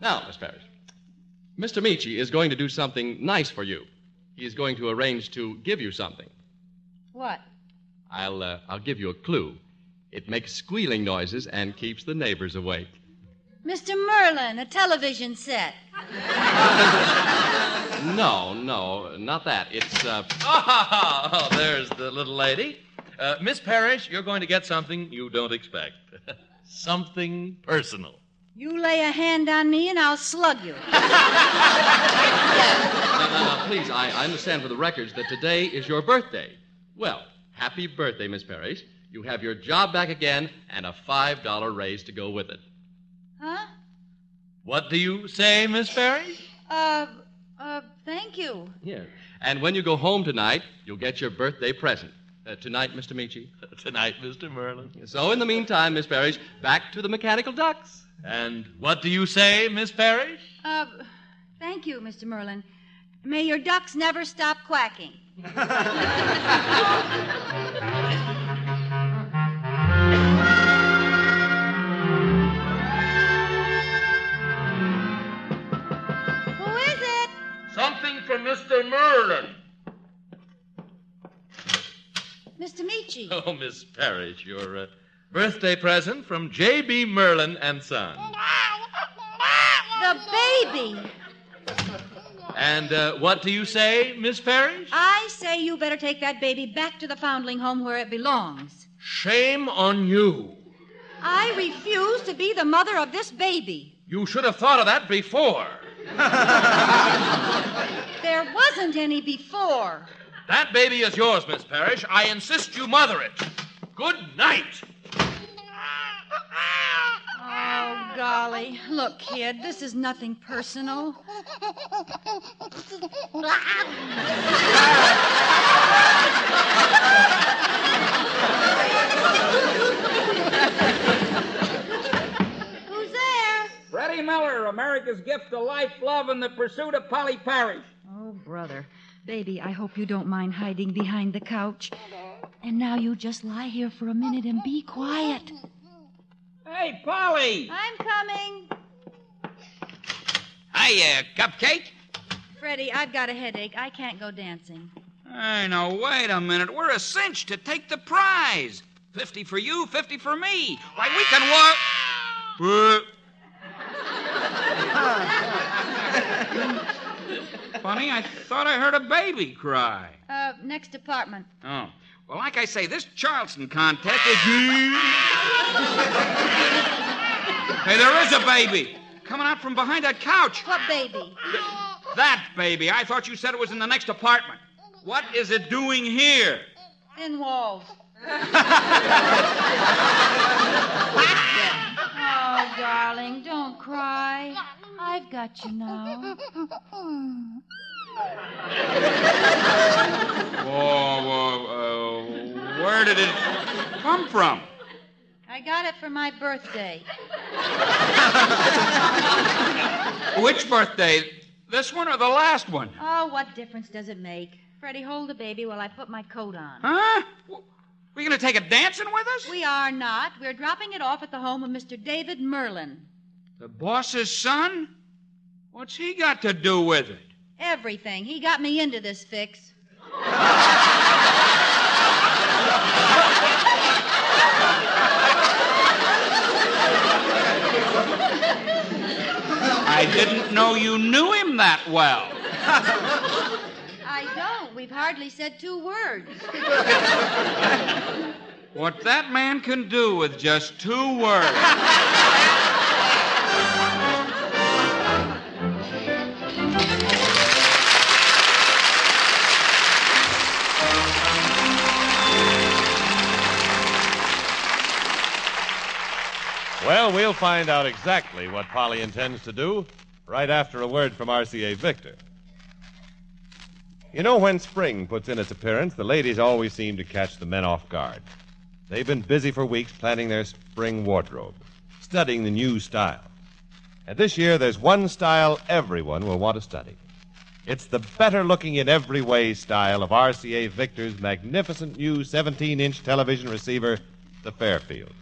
Now, Miss Parrish, Mr. Meachie is going to do something nice for you. He is going to arrange to give you something. What? I'll, uh, I'll give you a clue. It makes squealing noises and keeps the neighbors awake. Mr. Merlin, a television set. No, no, not that. It's, uh, Oh, there's the little lady. Uh, Miss Parrish, you're going to get something you don't expect. something personal. You lay a hand on me and I'll slug you. No, no, no, Uh, please, I, I understand for the records that today is your birthday. Well, happy birthday, Miss Parrish. You have your job back again and a $5 raise to go with it. Huh? What do you say, Miss Parrish? Uh, uh, thank you. Yeah. And when you go home tonight, you'll get your birthday present. Uh, tonight, Mr. Meachie. Tonight, Mr. Merlin. So, in the meantime, Miss Parrish, back to the mechanical ducks. And what do you say, Miss Parrish? Uh, thank you, Mr. Merlin. May your ducks never stop quacking. Who is it? Something for Mr. Merlin. Mr. Meachie. Oh, Miss Parrish, your uh, birthday present from J.B. Merlin and Son. The baby. And uh, what do you say, Miss Parrish? I say you better take that baby back to the foundling home where it belongs. Shame on you. I refuse to be the mother of this baby. You should have thought of that before. There wasn't any before. That baby is yours, Miss Parrish. I insist you mother it. Good night. Oh, golly. Look, kid, this is nothing personal. Who's there? Freddie Miller, America's gift to life, love, and the pursuit of Polly Parrish. Oh, brother. Baby, I hope you don't mind hiding behind the couch. And now you just lie here for a minute and be quiet. Hey, Polly! I'm coming. Hiya, uh, Cupcake. Freddie, I've got a headache. I can't go dancing. Hey, now, wait a minute. We're a cinch to take the prize. 50 for you, 50 for me. Why, we can Uh, walk. Uh, Funny, I thought I heard a baby cry. Uh, next apartment. Oh. Well, like I say, this Charleston contest is. hey, there is a baby coming out from behind that couch. What baby? That baby. I thought you said it was in the next apartment. What is it doing here? Thin walls. Oh, darling, don't cry. I've got you now. Whoa, whoa, uh, where did it come from? I got it for my birthday. Which birthday? This one or the last one? Oh, what difference does it make? Freddie, hold the baby while I put my coat on. Huh? We're going to take it dancing with us? We are not. We're dropping it off at the home of Mr. David Merlin. The boss's son? What's he got to do with it? Everything. He got me into this fix. I didn't know you knew him that well. I don't. We've hardly said two words. What that man can do with just two words. Well, we'll find out exactly what Polly intends to do right after a word from RCA Victor. You know, when spring puts in its appearance, the ladies always seem to catch the men off guard. They've been busy for weeks planning their spring wardrobe, studying the new style. And this year, there's one style everyone will want to study. It's the better looking in every way style of RCA Victor's magnificent new 17 inch television receiver, the Fairfield.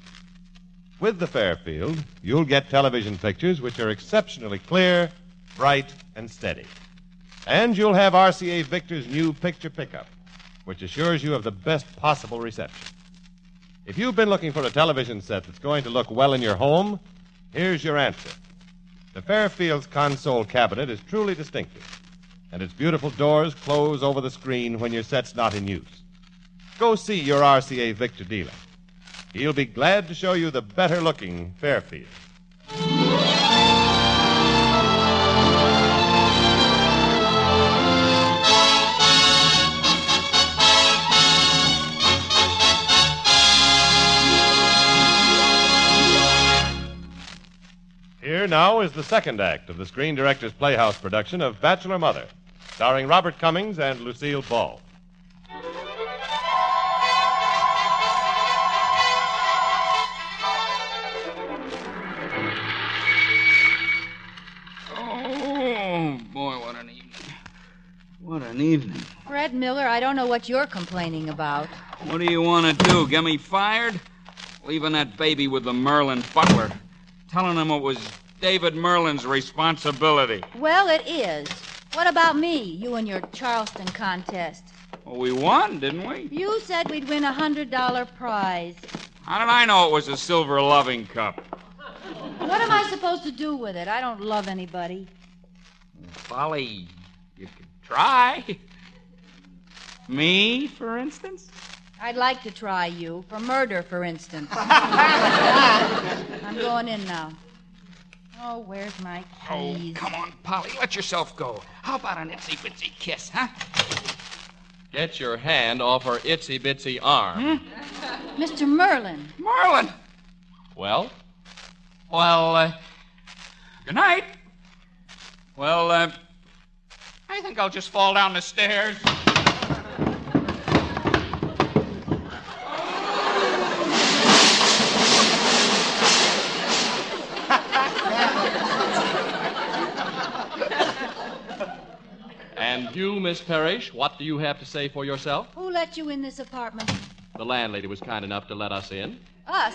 With the Fairfield, you'll get television pictures which are exceptionally clear, bright, and steady. And you'll have RCA Victor's new picture pickup, which assures you of the best possible reception. If you've been looking for a television set that's going to look well in your home, here's your answer. The Fairfield's console cabinet is truly distinctive, and its beautiful doors close over the screen when your set's not in use. Go see your RCA Victor dealer. He'll be glad to show you the better looking Fairfield. Here now is the second act of the Screen Director's Playhouse production of Bachelor Mother, starring Robert Cummings and Lucille Ball. Oh, boy, what an evening. What an evening. Fred Miller, I don't know what you're complaining about. What do you want to do? Get me fired? Leaving that baby with the Merlin butler. Telling him it was David Merlin's responsibility. Well, it is. What about me, you and your Charleston contest? Well, we won, didn't we? You said we'd win a $100 prize. How did I know it was a silver loving cup? What am I supposed to do with it? I don't love anybody. Polly, you could try. Me, for instance? I'd like to try you for murder, for instance. I'm going in now. Oh, where's my Oh, come on, Polly, let yourself go. How about an itsy bitsy kiss, huh? Get your hand off her itsy bitsy arm. Mr. Hmm? Merlin? Hmm? Merlin! Well? Well, uh, good night. Well, uh, I think I'll just fall down the stairs. And you, Miss Parrish, what do you have to say for yourself? Who let you in this apartment? The landlady was kind enough to let us in. Us.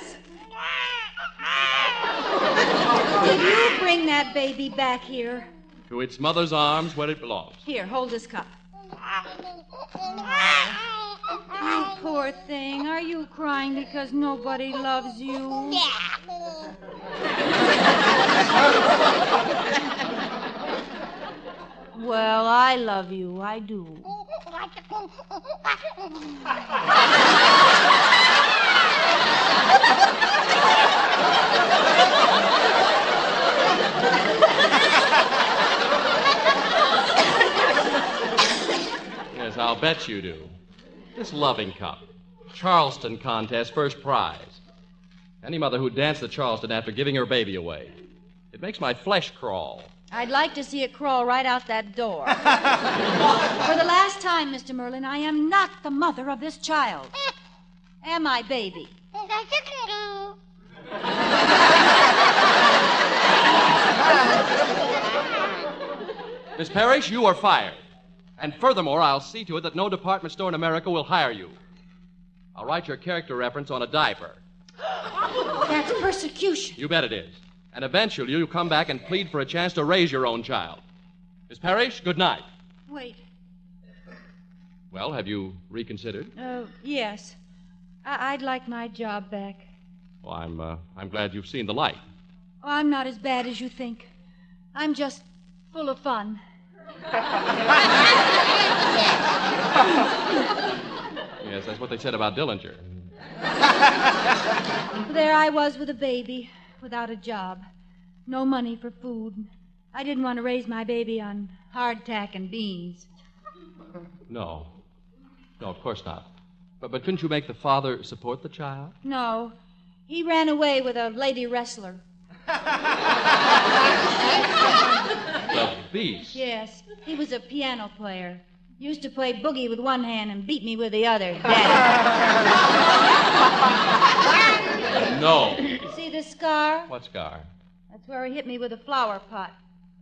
Did you bring that baby back here? To its mother's arms where it belongs. Here, hold this cup. You poor thing. Are you crying because nobody loves you? Well, I love you. I do. Yes, I'll bet you do. This loving cup. Charleston contest, first prize. Any mother who'd dance the Charleston after giving her baby away. It makes my flesh crawl. I'd like to see it crawl right out that door. For the last time, Mr. Merlin, I am not the mother of this child. Am I, baby? Miss Parrish, you are fired. And furthermore, I'll see to it that no department store in America will hire you. I'll write your character reference on a diaper. That's persecution. You bet it is. And eventually you'll come back and plead for a chance to raise your own child. Miss Parrish, good night. Wait. Well, have you reconsidered? Oh, yes. I- I'd like my job back. Oh, I'm, uh, I'm glad you've seen the light. Oh, I'm not as bad as you think. I'm just full of fun. Yes, that's what they said about Dillinger. There I was with a baby, without a job, no money for food. I didn't want to raise my baby on hardtack and beans. No. No, of course not. But, but couldn't you make the father support the child? No, he ran away with a lady wrestler. The beast. Yes, he was a piano player. Used to play boogie with one hand and beat me with the other. Daddy. No. See the scar? What scar? That's where he hit me with a flower pot.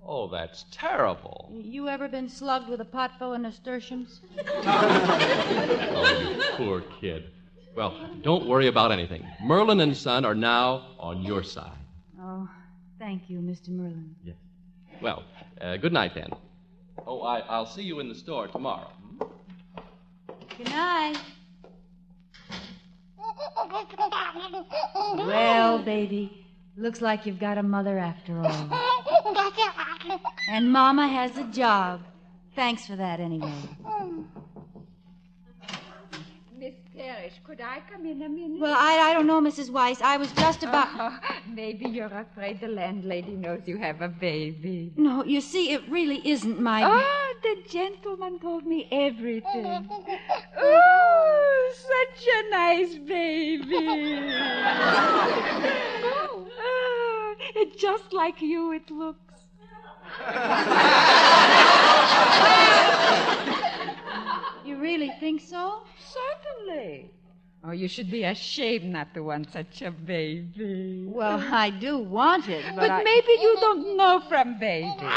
Oh, that's terrible. You ever been slugged with a pot full of nasturtiums? Oh, you poor kid. Well, don't worry about anything. Merlin and Son are now on your side. Oh, thank you, Mr. Merlin. Well, uh, good night then. Oh, I, I'll see you in the store tomorrow. Good night. Well, Well, baby, looks like you've got a mother after all. And Mama has a job. Thanks for that, anyway. Miss Parrish, could I come in a minute? Oh, Well, I, I don't know, Mrs. Weiss. I was just about. Maybe you're afraid the landlady knows you have a baby. No, you see, it really isn't my. Oh, the gentleman told me everything. Oh, such a nice baby. oh, just like you, it looks. You really think so? Certainly. Oh, you should be ashamed not to want such a baby. Well, I do want it, but, But I- maybe you don't know from baby.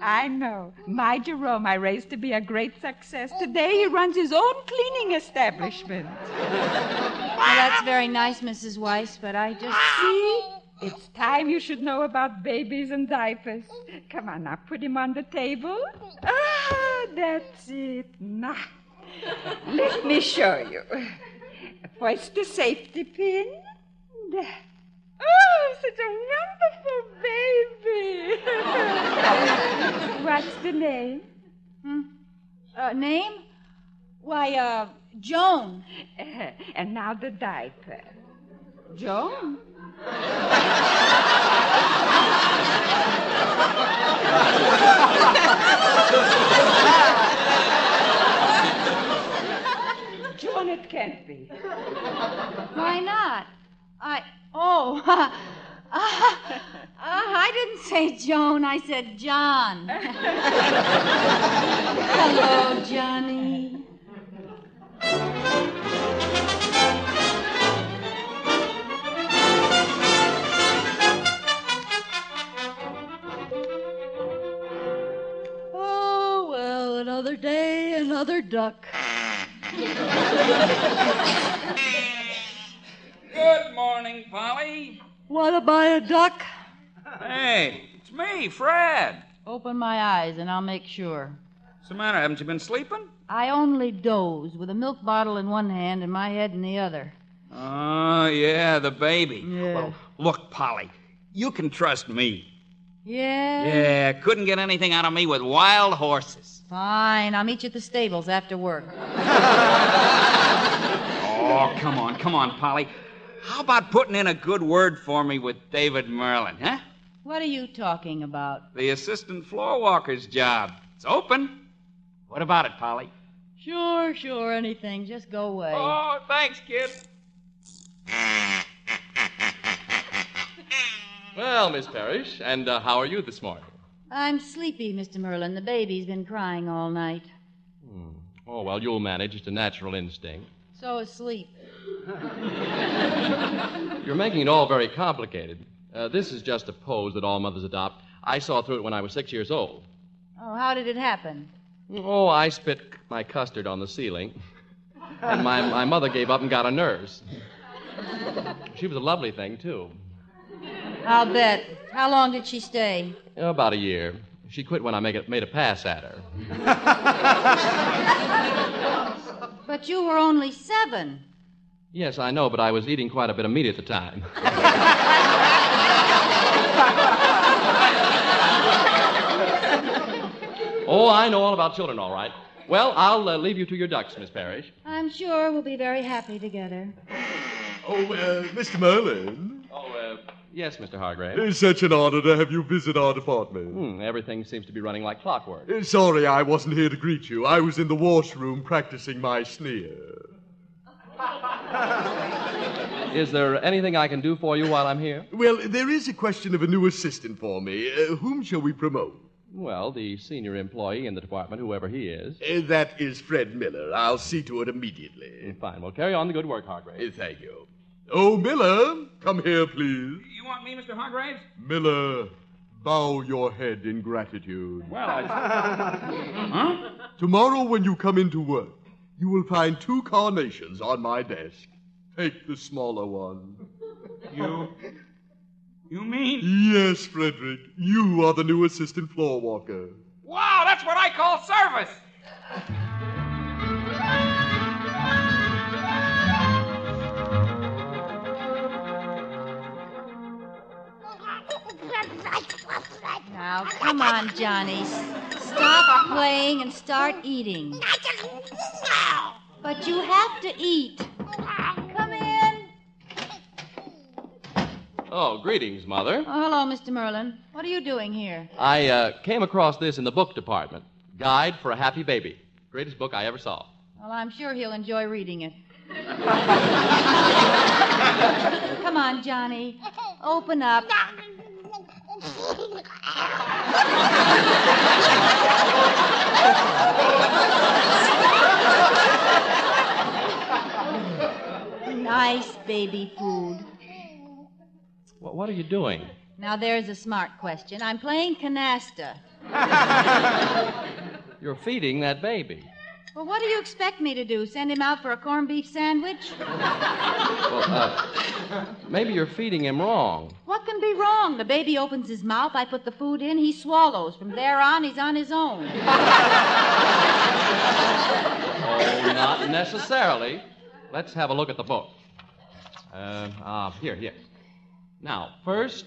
I know. My Jerome I raised to be a great success. Today he runs his own cleaning establishment. Well, that's very nice, Mrs. Weiss, but I just. See? It's time you should know about babies and diapers. Come on now, put him on the table. Ah, that's it. Now, let me show you. First, the safety pin. There. Oh, such a wonderful baby. What's the name? Hmm? Uh, name? Why, uh, Joan. and now the diaper. Joan? Joan, it can't be. Why not? I. Oh. ah, ah, I didn't say Joan, I said John. Hello, Johnny. oh, well, another day, another duck. Good morning, Polly. Want to buy a duck? Hey, it's me, Fred. Open my eyes and I'll make sure. What's the matter? Haven't you been sleeping? I only doze with a milk bottle in one hand and my head in the other. Oh, yeah, the baby. Well, look, Polly, you can trust me. Yeah? Yeah, couldn't get anything out of me with wild horses. Fine. I'll meet you at the stables after work. Oh, come on, come on, Polly. How about putting in a good word for me with David Merlin, huh? What are you talking about? The assistant floor walker's job. It's open. What about it, Polly? Sure, sure, anything. Just go away. Oh, thanks, kid. Well, Miss Parrish, and uh, how are you this morning? I'm sleepy, Mr. Merlin. The baby's been crying all night. Hmm. Oh, well, you'll manage. It's a natural instinct. So is sleep. Oh, You're making it all very complicated. Uh, this is just a pose that all mothers adopt. I saw through it when I was six years old. Oh, how did it happen? Oh, I spit my custard on the ceiling. And my, my mother gave up and got a nurse. She was a lovely thing, too. I'll bet. How long did she stay? About a year. She quit when I make it, made a pass at her. But you were only seven. Yes, I know, but I was eating quite a bit of meat at the time. oh, I know all about children, all right. Well, I'll uh, leave you to your ducks, Miss Parrish. I'm sure we'll be very happy together. Oh, uh, Mr. Merlin. Oh, uh, yes, Mr. Hargrave. It's Uh, such an honor to have you visit our department. Hmm, everything seems to be running like clockwork. Uh, Sorry I wasn't here to greet you. I was in the washroom practicing my sneer. Is there anything I can do for you while I'm here? Well, there is a question of a new assistant for me. Uh, whom shall we promote? Well, the senior employee in the department, whoever he is. Eh, That is Fred Miller. I'll see to it immediately. Fine. Well, carry on the good work, Hargrave. Thank you. Oh, Miller, come here, please. You want me, Mr. Hargraves? Miller, bow your head in gratitude. Well, I. huh? Tomorrow, when you come into work, you will find two carnations on my desk. Take the smaller one. You. You mean? Yes, Frederick. You are the new assistant floor walker. Wow, that's what I call service. Now, come on, Johnny. Stop playing and start eating. But you have to eat. Come in. Oh, greetings, Mother. Oh, hello, Mr. Merlin. What are you doing here? I uh, came across this in the book department Guide for a Happy Baby. Greatest book I ever saw. Well, I'm sure he'll enjoy reading it. Come on, Johnny. Open up. Nice baby food. Wh- what are you doing? Now there's a smart question. I'm playing canasta. You're feeding that baby. Well, what do you expect me to do? Send him out for a corned beef sandwich? Well, uh, maybe you're feeding him wrong. What can be wrong? The baby opens his mouth, I put the food in, he swallows. From there on, he's on his own. Oh, not necessarily. Let's have a look at the book. Uh, ah, here, here. Now, first,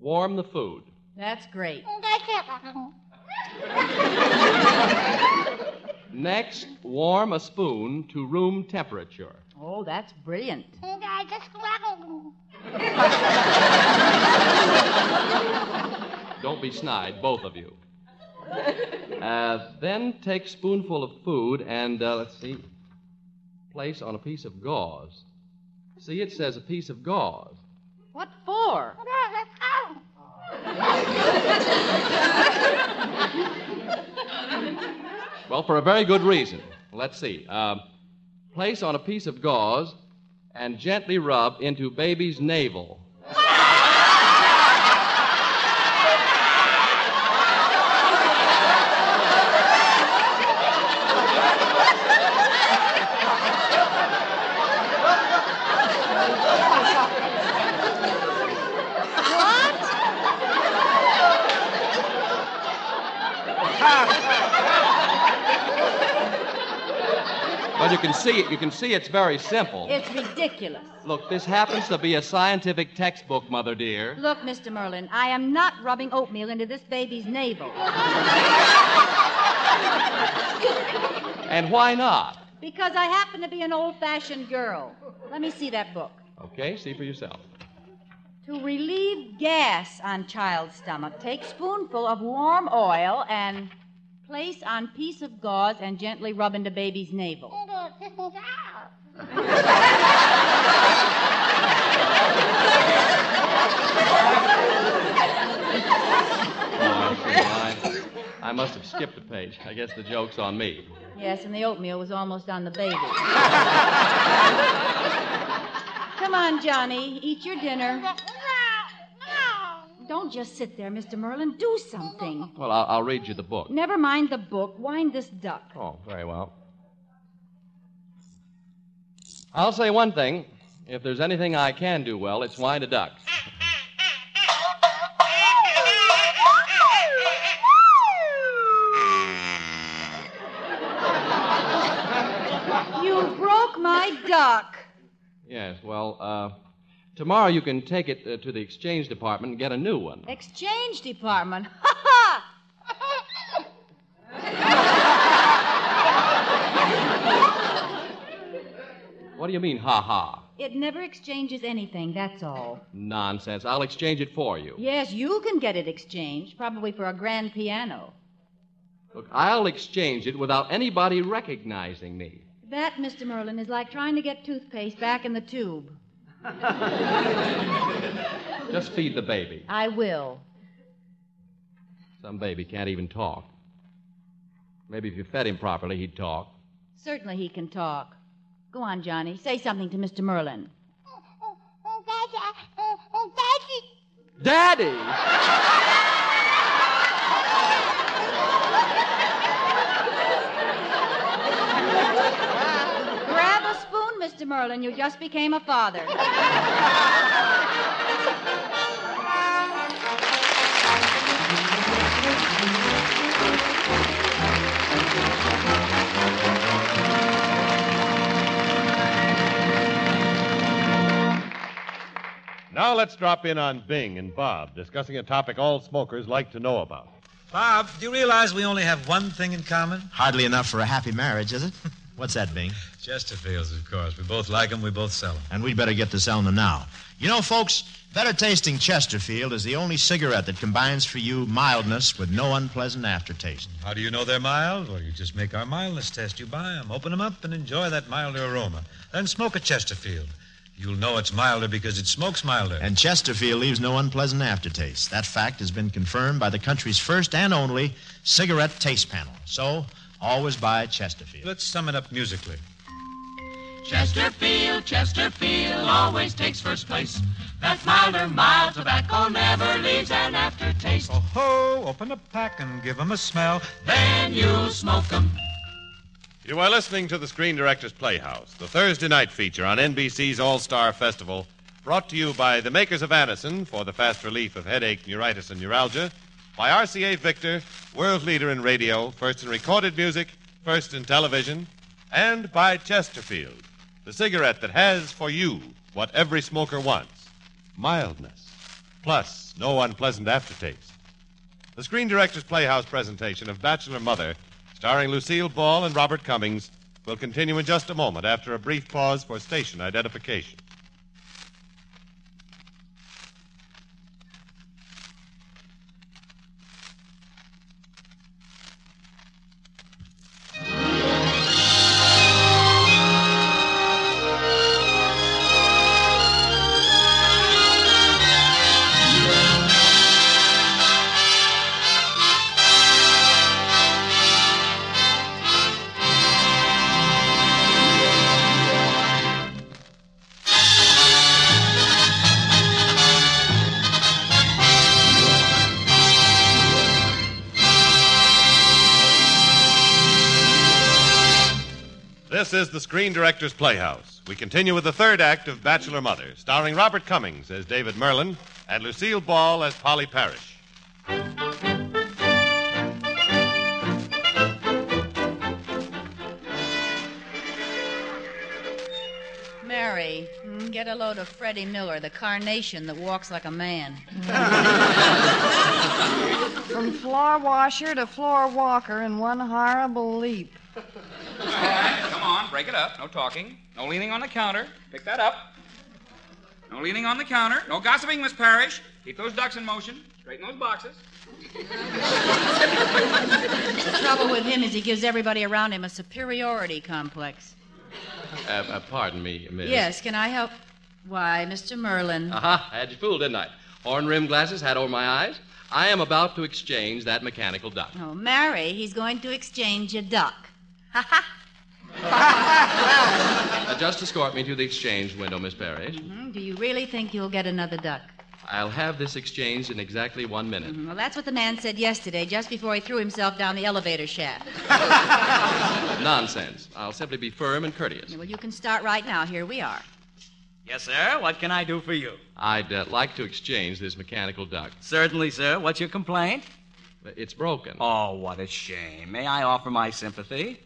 warm the food. That's great. Next, warm a spoon to room temperature. Oh, that's brilliant. Don't be snide, both of you. Uh, then take spoonful of food and uh, let's see, place on a piece of gauze. See, it says a piece of gauze. What for? Well, for a very good reason. Let's see. Um, place on a piece of gauze and gently rub into baby's navel. But you can see it. You can see it's very simple. It's ridiculous. Look, this happens to be a scientific textbook, Mother dear. Look, Mr. Merlin, I am not rubbing oatmeal into this baby's navel And why not? because I happen to be an old fashioned girl. Let me see that book. Okay, see for yourself. To relieve gas on child's stomach, take spoonful of warm oil and place on piece of gauze and gently rub into baby's navel. Oh, I, I must have skipped a page. I guess the joke's on me. Yes, and the oatmeal was almost on the baby. Come on, Johnny, eat your dinner. Don't just sit there, Mr. Merlin. Do something. Well, I'll, I'll read you the book. Never mind the book. Wind this duck. Oh, very well. I'll say one thing. If there's anything I can do well, it's wind a duck. You broke my duck. Yes, well, uh, tomorrow you can take it uh, to the exchange department and get a new one. Exchange department. Ha ha! What do you mean, ha ha? It never exchanges anything, that's all. Nonsense. I'll exchange it for you. Yes, you can get it exchanged, probably for a grand piano. Look, I'll exchange it without anybody recognizing me. That, Mr. Merlin, is like trying to get toothpaste back in the tube. Just feed the baby. I will. Some baby can't even talk. Maybe if you fed him properly, he'd talk. Certainly he can talk. Go on, Johnny. Say something to Mr. Merlin. Daddy! Grab a spoon, Mr. Merlin. You just became a father. Now let's drop in on Bing and Bob discussing a topic all smokers like to know about. Bob, do you realize we only have one thing in common? Hardly enough for a happy marriage, is it? What's that, Bing? Chesterfields, of course. We both like them, we both sell them. And we'd better get to selling them now. You know, folks, better tasting Chesterfield is the only cigarette that combines for you mildness with no unpleasant aftertaste. How do you know they're mild? Well, you just make our mildness test. You buy them, open them up, and enjoy that milder aroma. Then smoke a Chesterfield. You'll know it's milder because it smokes milder. And Chesterfield leaves no unpleasant aftertaste. That fact has been confirmed by the country's first and only cigarette taste panel. So, always buy Chesterfield. Let's sum it up musically. Chesterfield, Chesterfield always takes first place. That milder, mild tobacco never leaves an aftertaste. Oh ho, open a pack and give 'em a smell. Then you'll smoke 'em. You are listening to the Screen Directors Playhouse, the Thursday night feature on NBC's All Star Festival, brought to you by the makers of Anacin for the fast relief of headache, neuritis, and neuralgia, by RCA Victor, world leader in radio, first in recorded music, first in television, and by Chesterfield, the cigarette that has for you what every smoker wants mildness, plus no unpleasant aftertaste. The Screen Directors Playhouse presentation of Bachelor Mother, starring Lucille Ball and Robert Cummings, will continue in just a moment after a brief pause for station identification. This is the Screen Directors Playhouse. We continue with the third act of Bachelor Mother, starring Robert Cummings as David Merlin and Lucille Ball as Polly Parrish. Mary, get a load of Freddie Miller, the carnation that walks like a man. From floor washer to floor walker in one horrible leap. Come on, break it up. No talking. No leaning on the counter. Pick that up. No leaning on the counter. No gossiping, Miss Parrish. Keep those ducks in motion. Straighten those boxes. the trouble with him is he gives everybody around him a superiority complex. Uh, uh, pardon me, miss. Yes, can I help? Why, Mr. Merlin. Aha, I had you fooled, didn't I? Horn rimmed glasses hat over my eyes. I am about to exchange that mechanical duck. Oh, Mary, he's going to exchange a duck. Ha ha. Uh, just escort me to the exchange window, Miss Parrish. Mm-hmm. Hmm, Do you really think you'll get another duck? I'll have this exchanged in exactly one minute. Well, that's what the man said yesterday, just before he threw himself down the elevator shaft. Mm-hmm. Nonsense. I'll simply be firm and courteous. Well, you can start right now. Here we are. Yes, sir. What can I do for you? I'd uh, like to exchange this mechanical duck. Certainly, sir. What's your complaint? It's broken. Oh, what a shame. May I offer my sympathy?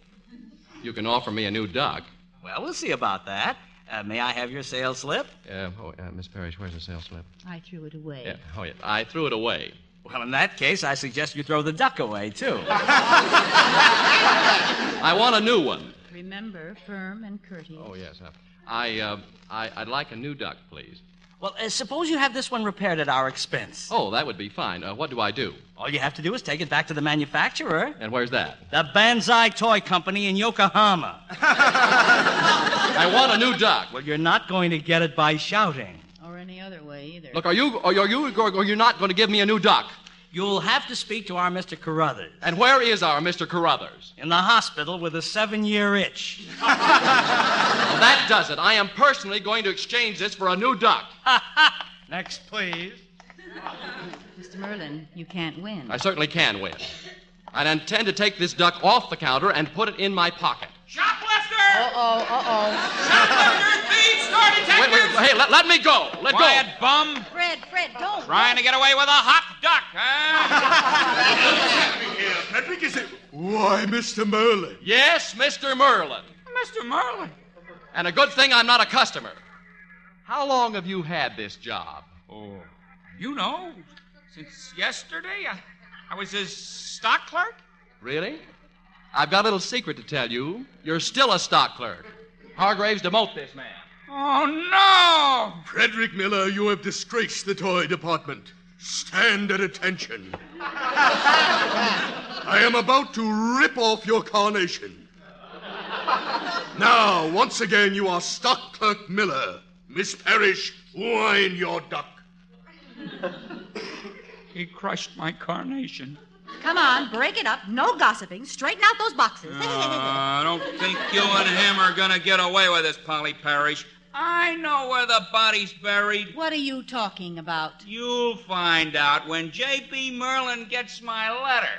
You can offer me a new duck. Well, we'll see about that. Uh, may I have your sales slip? Uh, oh, uh, Miss Parrish, where's the sales slip? I threw it away. Yeah, oh, yeah. I threw it away. Well, in that case, I suggest you throw the duck away, too. I want a new one. Remember, firm and courteous. Oh, yes. uh, I, uh, I, I'd like a new duck, please. well, uh, suppose you have this one repaired at our expense. Oh, that would be fine. Uh, what do I do? All you have to do is take it back to the manufacturer. And where's that? The Banzai Toy Company in Yokohama. I want a new duck. Well, you're not going to get it by shouting. Or any other way either. Look, are you, are you, are you, are you not going to give me a new duck? You'll have to speak to our Mr. Carruthers. And where is our Mr. Carruthers? In the hospital with a seven year itch. Well, that does it. I am personally going to exchange this for a new duck. Next, please. Mr. Merlin, you can't win. I certainly can win. I intend to take this duck off the counter and put it in my pocket. Uh oh, uh oh. Wait, wait, hey, let, let me go. Let Quiet, go. bum. Fred, Fred, don't. Trying to get away with a hot duck, huh? Patrick, is it. Why, Mr. Merlin? Yes, Mr. Merlin. Mr. Merlin. And a good thing I'm not a customer. How long have you had this job? Oh, you know, since yesterday, I, I was his stock clerk. Really? I've got a little secret to tell you. You're still a stock clerk. Hargraves, demote this man. Oh, no! Frederick Miller, you have disgraced the toy department. Stand at attention. I am about to rip off your carnation. Now, once again, you are stock clerk Miller. Miss Parrish, whine your duck. He crushed my carnation. Come on, break it up. No gossiping. Straighten out those boxes. Uh, I don't think you and him are going to get away with this, Polly Parrish. I know where the body's buried. What are you talking about? You'll find out when J.B. Merlin gets my letter.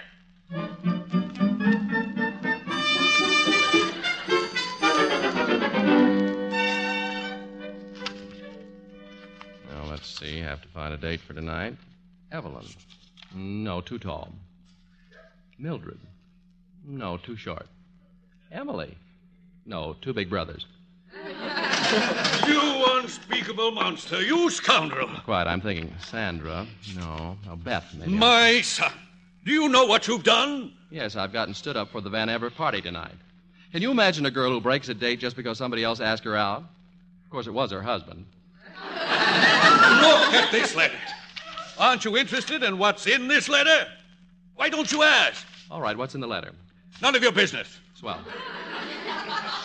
Well, let's see. Have to find a date for tonight. Evelyn. No, too tall. Mildred. No, too short. Emily. No, two big brothers. You unspeakable monster, you scoundrel. Quiet, I'm thinking. Sandra. No. Oh, Beth, maybe. My son, do you know what you've done? Yes, I've gotten stood up for the Van Amber party tonight. Can you imagine a girl who breaks a date just because somebody else asked her out? Of course, it was her husband. Look at this letter. Aren't you interested in what's in this letter? Why don't you ask? All right, what's in the letter? None of your business. Swell.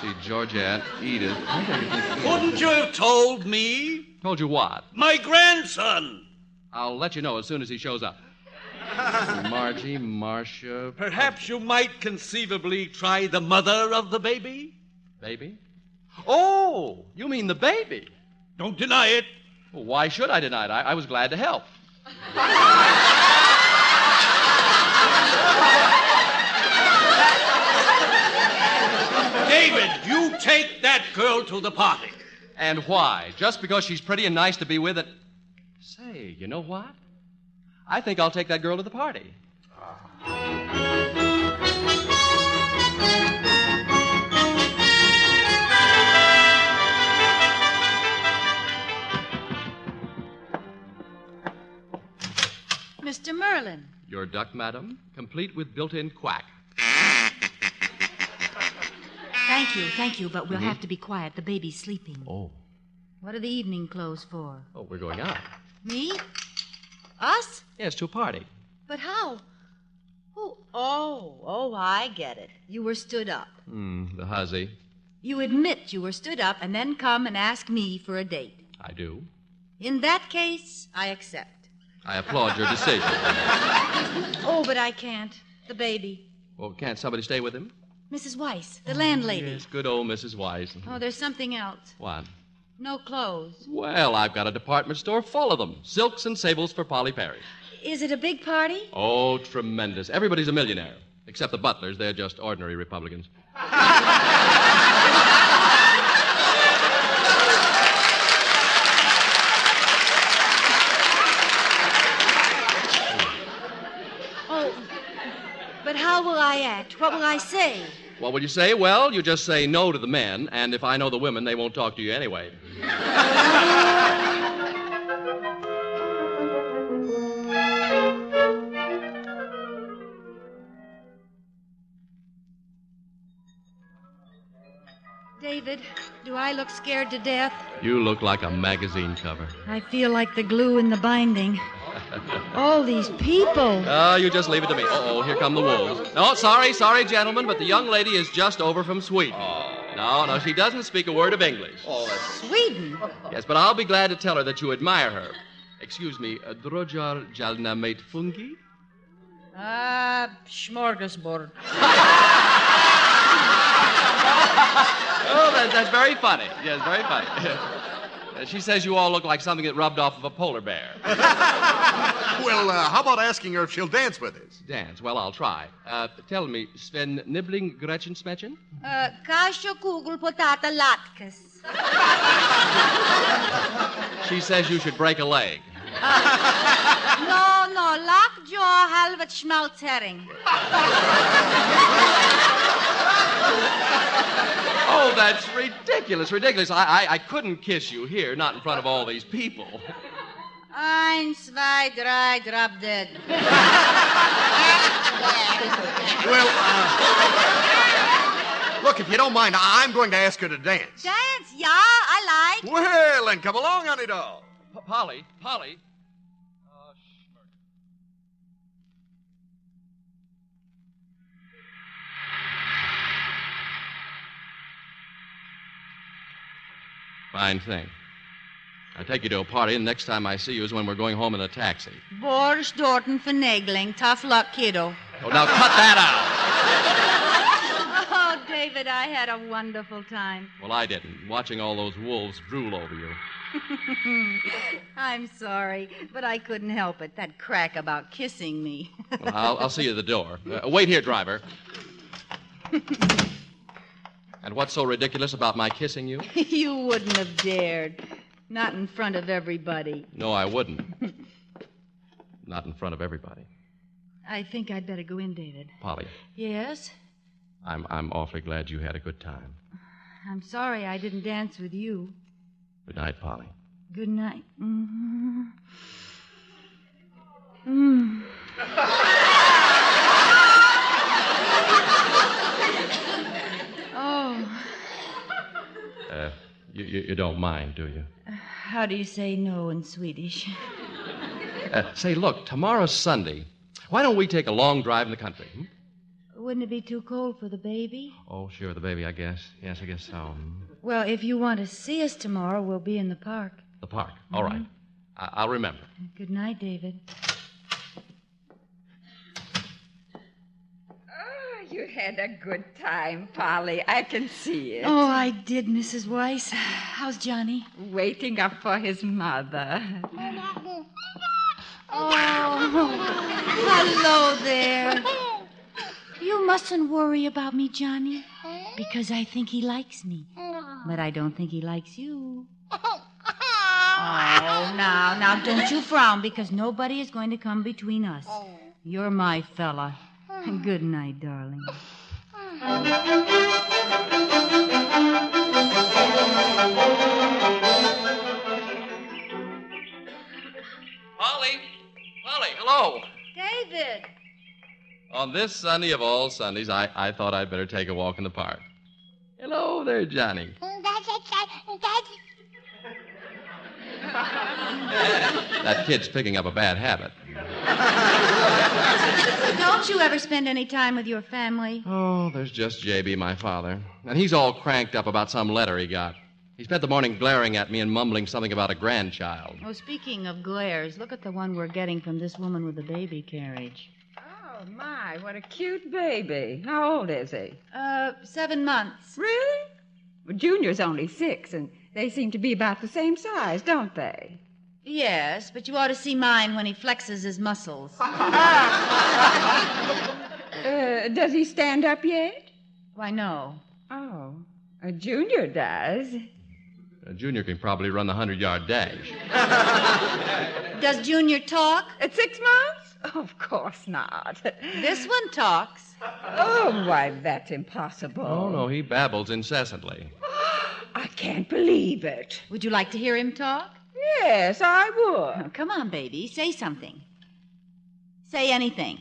See, Georgette, Edith. Couldn't you have told me? Told you what? My grandson. I'll let you know as soon as he shows up. Margie, Marcia, Perhaps you might conceivably try the mother of the baby? baby. Oh, you mean the baby? Don't deny it. Well, why should I deny it? I, I was glad to help. David, you take that girl to the party. And why? Just because she's pretty and nice to be with and. Say, you know what? I think I'll take that girl to the party. Mr. Merlin. Your duck, madam, complete with built in quack. Thank you, thank you, but we'll have to be quiet. The baby's sleeping. Oh. What are the evening clothes for? Oh, we're going out. Me? Us? Yes, to a party. But how? Who? Oh, oh, I get it. You were stood up. Hmm, the hussy. You admit you were stood up and then come and ask me for a date. I do. In that case, I accept. I applaud your decision. Oh, but I can't. The baby. Well, can't somebody stay with him? Mrs. Weiss, the landlady. Yes, good old Mrs. Wise. Oh, there's something else. What? No clothes. Well, I've got a department store full of them. Silks and sables for Polly Perry. Is it a big party? Oh, tremendous. Everybody's a millionaire. Except the butlers. They're just ordinary Republicans. Oh, but how will I act? What will I say? What will you say? Well, you just say no to the men, and if I know the women, they won't talk to you anyway. David, do I look scared to death? You look like a magazine cover. I feel like the glue in the binding. All these people. Ah, you just leave it to me. Uh-oh, here come the wolves. No, sorry, sorry, gentlemen, but the young lady is just over from Sweden. Oh, No, no, she doesn't speak a word of English. Oh, Sweden. Yes, but uh, I'll be glad to tell her that you admire her. Excuse me, uh, Drojar Jalnamet Fungi? Ah, smorgasbord. Oh, that, that's very funny. Yes, very funny. Uh, she says you all look like something that rubbed off of a polar bear. Well, uh, how about asking her if she'll dance with us? Dance. Well, I'll try. Uh, tell me, Sven Nibbling Gretchen Smetchen? Uh, Kasha Kugel Potata Latkes. She says you should break a leg. No, no, Lockjaw Halvet Schmaltering. Oh, that's ridiculous, ridiculous. I, I, I couldn't kiss you here, not in front of all these people. Ein, zwei, drei, drop dead. Well, uh, look, if you don't mind, I- I'm going to ask her to dance. Dance, yeah, I like. Well, then come along, honey doll. Polly, Polly. Fine thing. I take you to a party, and next time I see you is when we're going home in a taxi. Boris Dorton finagling. Tough luck, kiddo. Oh, now cut that out. oh, David, I had a wonderful time. Well, I didn't. Watching all those wolves drool over you. I'm sorry, but I couldn't help it. That crack about kissing me. Well, I'll, I'll see you at the door. Uh, wait here, driver. and what's so ridiculous about my kissing you? you wouldn't have dared. Not in front of everybody. No, I wouldn't. Not in front of everybody. I think I'd better go in, David. Polly, Yes? I'm, I'm awfully glad you had a good time. I'm sorry I didn't dance with you. Good night, Polly. Good night. Mm-hmm. Mhm. Mm. oh, Uh, you, you, you don't mind, do you? how do you say no in Swedish? Uh, say, look, tomorrow's Sunday. Why don't we take a long drive in the country? hmm? Wouldn't it be too cold for the baby? Oh, sure, the baby, I guess. Yes, I guess so. Hmm. Well, if you want to see us tomorrow, we'll be in the park. The park. All right. I- I'll remember. Good night, David. Oh, you had a good time, Polly. I can see it. Oh, I did, Mrs. Weiss. How's Johnny? Waiting up for his mother. Oh, hello there. You mustn't worry about me, Johnny, because I think he likes me. But I don't think he likes you. Oh, now, now, don't you frown, because nobody is going to come between us. You're my fella. Good night, darling. Polly! Polly, hello! David! On this Sunday of all Sundays, I, I thought I'd better take a walk in the park. Hello there, Johnny. That kid's picking up a bad habit. Don't you ever spend any time with your family? Oh, there's just JB, my father. And he's all cranked up about some letter he got. He spent the morning glaring at me and mumbling something about a grandchild. Oh, speaking of glares, look at the one we're getting from this woman with the baby carriage. Oh, my, what a cute baby. How old is he? Uh, seven months. Really? Well, Junior's only six, and they seem to be about the same size, don't they? Yes, but you ought to see mine when he flexes his muscles. Uh, does he stand up yet? Why, no. Oh, a junior does. Uh, Junior can probably run the 100 yard dash. Does Junior talk? At six months? Of course not. This one talks. Oh, why, that's impossible. Oh, no, he babbles incessantly. I can't believe it. Would you like to hear him talk? Oh, Yes, I would. come on, baby. Say something. Say anything.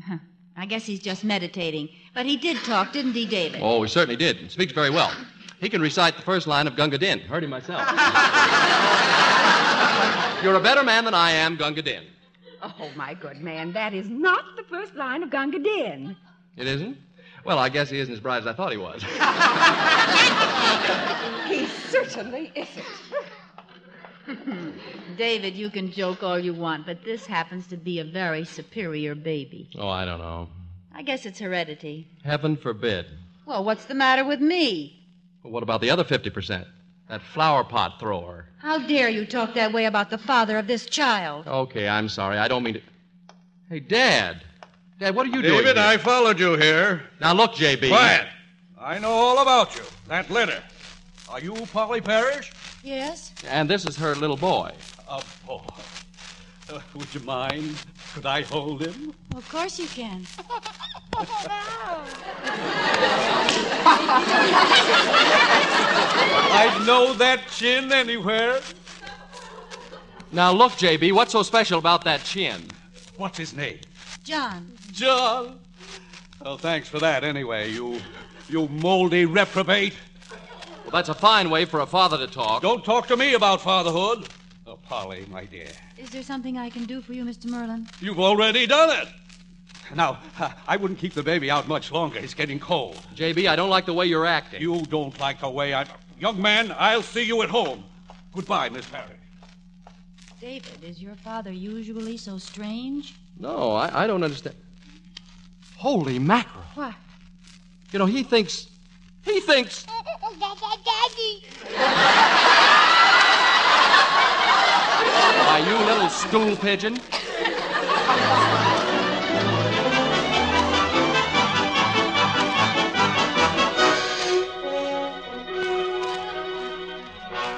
Huh. I guess he's just meditating. But he did talk, didn't he, David? Oh, he certainly did. and Speaks very well. He can recite the first line of Gunga Din. Heard him myself. You're a better man than I am, Gunga Din. Oh, my good man, that is not the first line of Gunga Din. It isn't? Well, I guess he isn't as bright as I thought he was. He certainly isn't. David, you can joke all you want, but this happens to be a very superior baby. Oh, I don't know. I guess it's heredity. Heaven forbid. Well, what's the matter with me? But what about the other 50%? That flower pot thrower. How dare you talk that way about the father of this child? Okay, I'm sorry. I don't mean to. Hey, Dad. Dad, what are you doing? David, I followed you here. Now look, JB. Quiet. I know all about you. That letter. Are you Polly Parrish? Yes? And this is her little boy. A boy. Uh, would you mind? Could I hold him? Of course you can. I'd know that chin anywhere. Now look, JB, what's so special about that chin? What's his name? John. John. Well, thanks for that anyway, you you moldy reprobate. Well, that's a fine way for a father to talk. Don't talk to me about fatherhood. Oh, Polly, my dear. Is there something I can do for you, Mr. Merlin? You've already done it. Now, uh, I wouldn't keep the baby out much longer. It's getting cold. JB, I don't like the way you're acting. You don't like the way I'm. Young man, I'll see you at home. Goodbye, Miss Parrish. David, is your father usually so strange? No, I, I don't understand. Holy mackerel. What? You know, he thinks. He thinks. Daddy. Why, you little stool pigeon.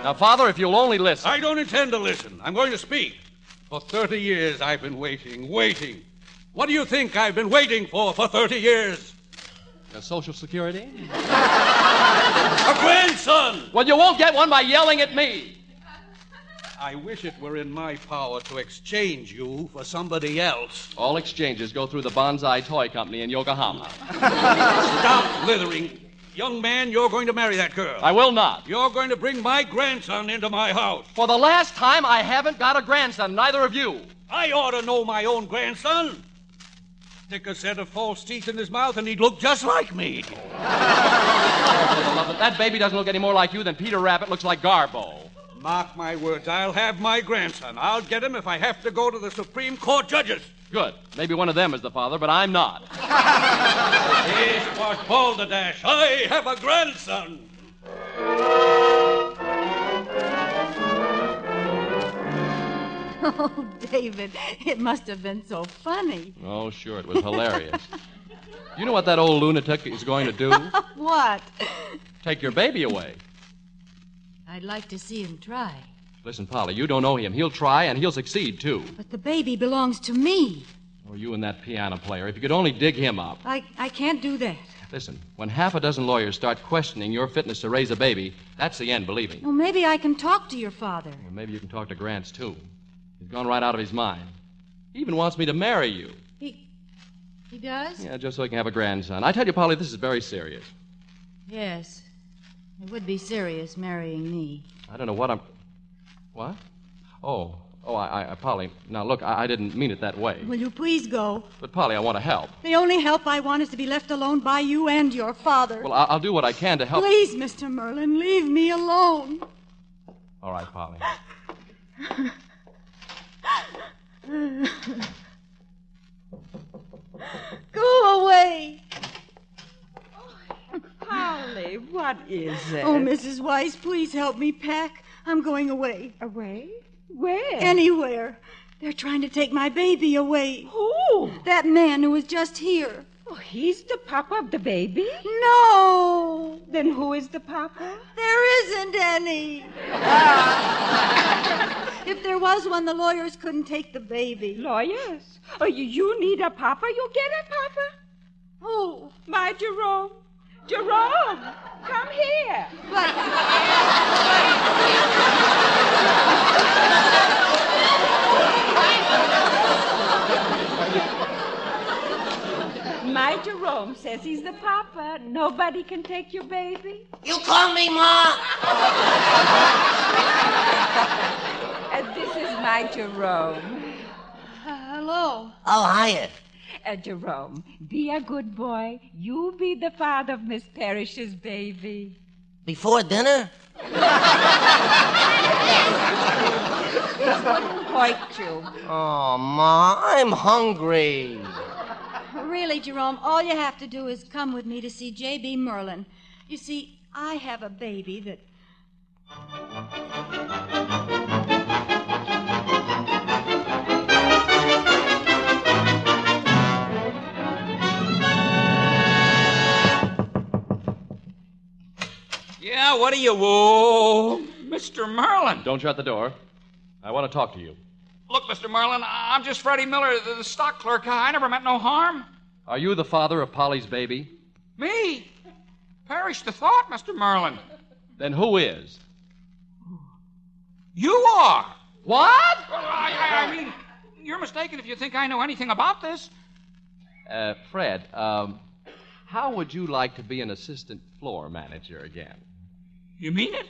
Now, Father, if you'll only listen. I don't intend to listen. I'm going to speak. For 30 years, I've been waiting, waiting. What do you think I've been waiting for for 30 years? Your Social Security? A grandson! Well, you won't get one by yelling at me. I wish it were in my power to exchange you for somebody else. All exchanges go through the Bonsai Toy Company in Yokohama. Stop blithering. Young man, you're going to marry that girl. I will not. You're going to bring my grandson into my house. For the last time, I haven't got a grandson, neither of you. I ought to know my own grandson. Stick a set of false teeth in his mouth, and he'd look just like me. For the love of- That baby doesn't look any more like you than Peter Rabbit looks like Garbo. Mark my words, I'll have my grandson. I'll get him if I have to go to the Supreme Court judges. Good. Maybe one of them is the father, but I'm not. He's what balderdash. I have a grandson. Oh, David, it must have been so funny. Oh, sure, it was hilarious. you know what that old lunatic is going to do? What? Take your baby away. I'd like to see him try. Listen, Polly, you don't know him. He'll try and he'll succeed, too. But the baby belongs to me. Or you and that piano player, if you could only dig him up. I, I can't do that. Listen, when half a dozen lawyers start questioning your fitness to raise a baby, that's the end, believe me. Well, maybe I can talk to your father. Well, maybe you can talk to Grants, too. He's gone right out of his mind. He even wants me to marry you. He does? Yeah, just so he can have a grandson. I tell you, Polly, this is very serious. Yes. It would be serious marrying me. I don't know what I'm. What? Oh, oh, I, I Polly. Now look, I, I didn't mean it that way. Will you please go? But Polly, I want to help. The only help I want is to be left alone by you and your father. Well, I, I'll do what I can to help. Please, Mr. Merlin, leave me alone. All right, Polly. Go away. Polly, what is it? Oh, Mrs. Weiss, please help me pack. I'm going away. Away? Where? Anywhere. They're trying to take my baby away. Who? That man who was just here. Oh, he's the papa of the baby? No, Then who is the papa? there isn't any. if there was one, the lawyers couldn't take the baby. Lawyers. Oh, you, you need a papa, you get a papa. Oh, Who? My Jerome. Jerome, come here. My Jerome says he's the papa. Nobody can take your baby. You call me Ma? Uh, this is my Jerome. Hello. Oh, hiya. Uh, Jerome, be a good boy. You be the father of Miss Parrish's baby. Before dinner? Quite true. Oh, Ma, I'm hungry. Really, Jerome, all you have to do is come with me to see J.B. Merlin. You see, I have a baby that. Yeah, what are you, whoa? Mr. Merlin. Don't shut the door. I want to talk to you. Look, Mr. Merlin, I- I'm just Freddie Miller, the the stock clerk. I I never meant no harm. Are you the father of Polly's baby? Me? Perish the thought, Mr. Merlin. Then who is? You are. What? Well, I, I, I mean, you're mistaken if you think I know anything about this. Uh, Fred, um, how would you like to be an assistant floor manager again? You mean it?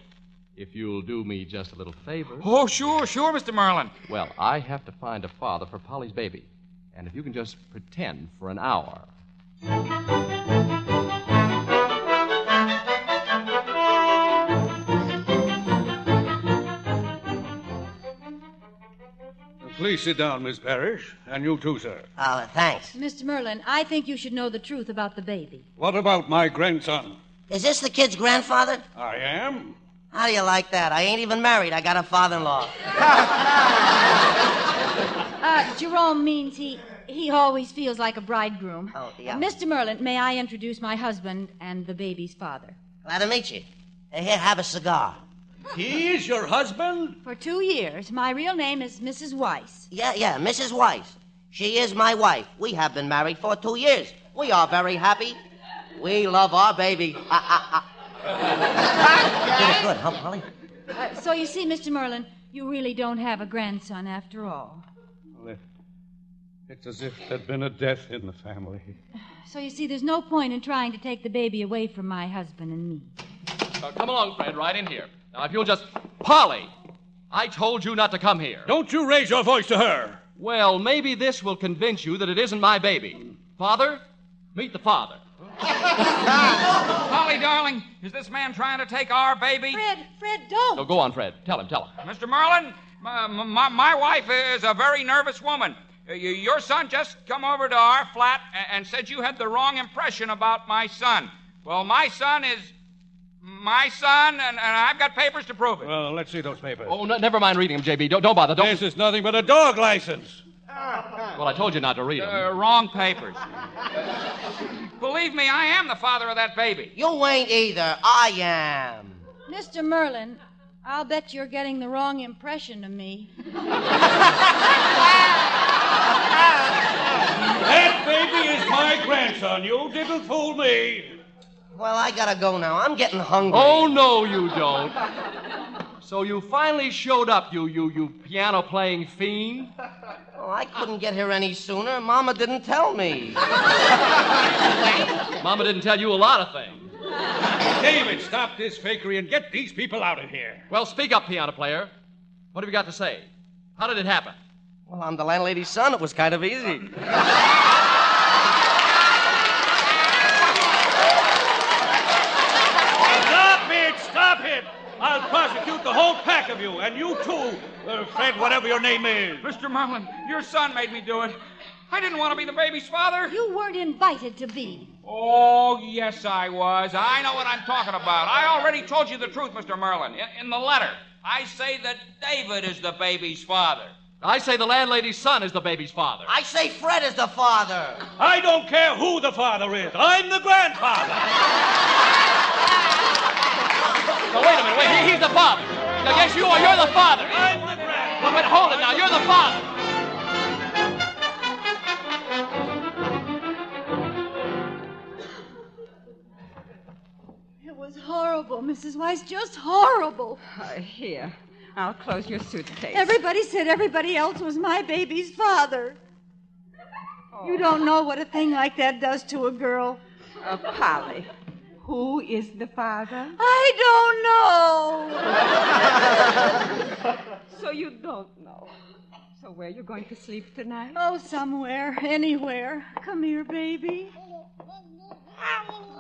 If you'll do me just a little favor. Oh, sure, sure, Mr. Merlin. Well, I have to find a father for Polly's baby. And if you can just pretend for an hour. Please sit down, Miss Parrish, and you too, sir. Ah, thanks. Mr. Merlin, I think you should know the truth about the baby. What about my grandson? Is this the kid's grandfather? I am. How do you like that? I ain't even married. I got a father in law. Uh, Jerome means he he always feels like a bridegroom. Oh, yeah. Mr. Merlin, may I introduce my husband and the baby's father? Glad to meet you. Here, have a cigar. He is your husband? For two years, my real name is Mrs. Weiss. Yeah, yeah, Mrs. Weiss. She is my wife. We have been married for two years. We are very happy. We love our baby. Get it good, huh, Polly? Uh, so you see, Mr. Merlin, you really don't have a grandson after all. Well, it- It's as if there'd been a death in the family. So you see, there's no point in trying to take the baby away from my husband and me. Uh, come along, Fred, right in here. Now, if you'll just. Polly! I told you not to come here. Don't you raise your voice to her! Well, maybe this will convince you that it isn't my baby. Father, meet the father. Polly, darling, is this man trying to take our baby? Fred, Fred, don't. No, go on, Fred. Tell him, tell him. Mr. Merlin, my, my, my wife is a very nervous woman. Uh, Y- Your son just come over to our flat a- and said you had the wrong impression about my son. Well, my son is my son, and, and I've got papers to prove it. Well, let's see those papers. Oh, no, never mind reading him, J.B. Don't, don't bother. Don't. This is nothing but a dog license. Well, I told you not to read him. Uh, wrong papers. Believe me, I am the father of that baby. You ain't either. I am. Mr. Merlin, I'll bet you're getting the wrong impression of me. That baby is my grandson. You didn't fool me. Well, I gotta go now. I'm getting hungry. Oh, no, you don't. So you finally showed up, you, you, you piano playing fiend. Well, I couldn't get here any sooner. Mama didn't tell me. Mama didn't tell you a lot of things. David, stop this fakery and get these people out of here. Well, speak up, piano player. What have you got to say? How did it happen? Well, I'm the landlady's son. It was kind of easy. Stop it! Stop it! I'll prosecute the whole pack of you, and you too, uh, Fred, whatever your name is. Mr. Merlin, your son made me do it. I didn't want to be the baby's father. You weren't invited to be. Oh, yes, I was. I know what I'm talking about. I already told you the truth, Mr. Merlin. In, in the letter, I say that David is the baby's father. I say the landlady's son is the baby's father. I say Fred is the father. I don't care who the father is. I'm the grandfather. Now, wait a minute, wait. He- he's the father. Now, yes, you are. You're the father. I'm the grandfather. Well, but hold it now. You're the father. It was horrible, Mrs. Weiss, just horrible. Uh, here, I'll close your suitcase. Everybody said everybody else was my baby's father. Oh. You don't know what a thing like that does to a girl. Uh, Polly, who is the father? I don't know. So you don't know. So where you going to sleep tonight? oh, somewhere, anywhere. Come here, baby.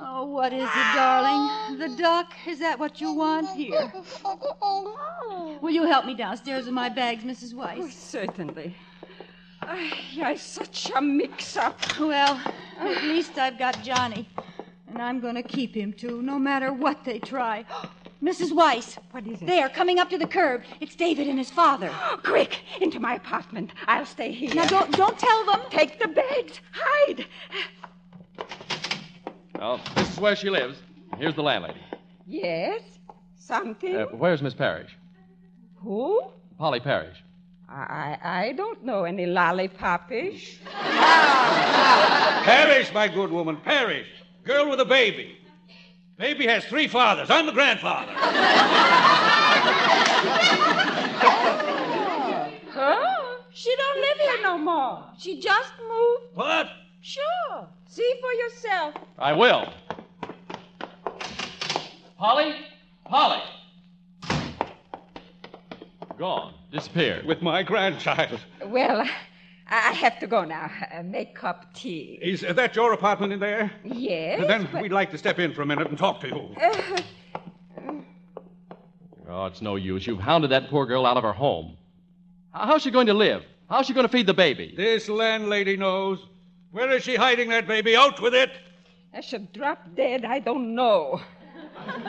Oh, what is it, darling? The duck? Is that what you want here? Will you help me downstairs with my bags, Mrs. Weiss? Oh, certainly. Ay, such a mix up. Well, at least I've got Johnny. And I'm going to keep him, too, no matter what they try. Mrs. Weiss. What is it? They are coming up to the curb. It's David and his father. Quick, into my apartment. I'll stay here. Now, don't- don't tell them. Take the bags. Hide. Well, this is where she lives. Here's the landlady. Yes? Something? Uh, where's Miss Parrish? Who? Polly Parrish. I, I don't know any lollipopish. Perish, my good woman, perish. Girl with a baby. Baby has three fathers. I'm the grandfather. Huh? She don't live here no more. She just moved. What? Sure. See for yourself. I will. Polly? Polly! Gone. Disappeared. With my grandchild. Well, I I have to go now. Uh, Make cup tea. Is that your apartment in there? Yes. then but- we'd like to step in for a minute and talk to you. Uh, Oh, it's no use. You've hounded that poor girl out of her home. How- How's she going to live? How's she going to feed the baby? This landlady knows. Where is she hiding that baby? Out with it! I should drop dead. I don't know.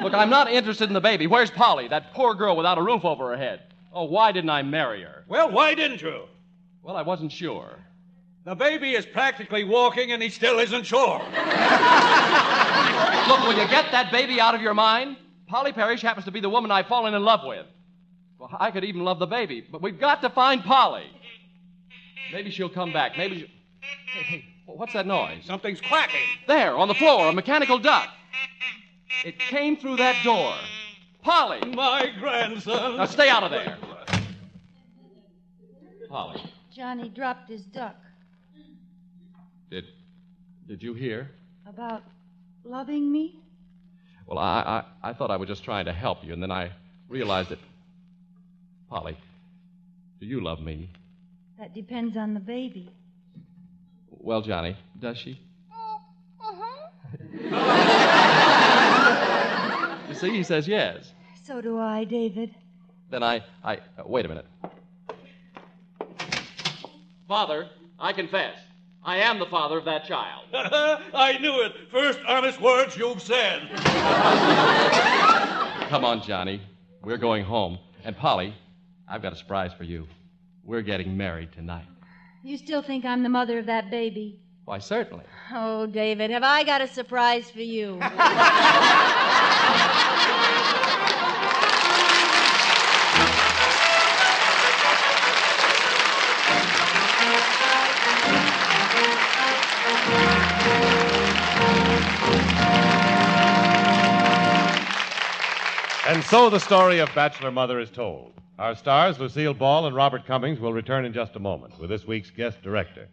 Look, I'm not interested in the baby. Where's Polly, that poor girl without a roof over her head? Oh, why didn't I marry her? Well, why didn't you? Well, I wasn't sure. The baby is practically walking and he still isn't sure. Look, will you get that baby out of your mind? Polly Parrish happens to be the woman I've fallen in love with. Well, I could even love the baby, but we've got to find Polly. Maybe she'll come back. Maybe she... Hey, hey, what's that noise? Something's quacking. There, on the floor, a mechanical duck. It came through that door. Polly! My grandson. Now stay out of there. Polly, Johnny dropped his duck. did, did you hear? About loving me? Well, I, I, I thought I was just trying to help you, and then I realized that. Polly, do you love me? That depends on the baby. Well, Johnny, does she? You see, he says yes. So do I, David. Then I, I. uh, wait a minute. Father, I confess. I am the father of that child. I knew it. First honest words you've said. Come on, Johnny. We're going home. And Polly, I've got a surprise for you. We're getting married tonight. You still think I'm the mother of that baby? Why, certainly. Oh, David, have I got a surprise for you? And so the story of Bachelor Mother is told. Our stars, Lucille Ball and Robert Cummings, will return in just a moment with this week's guest director.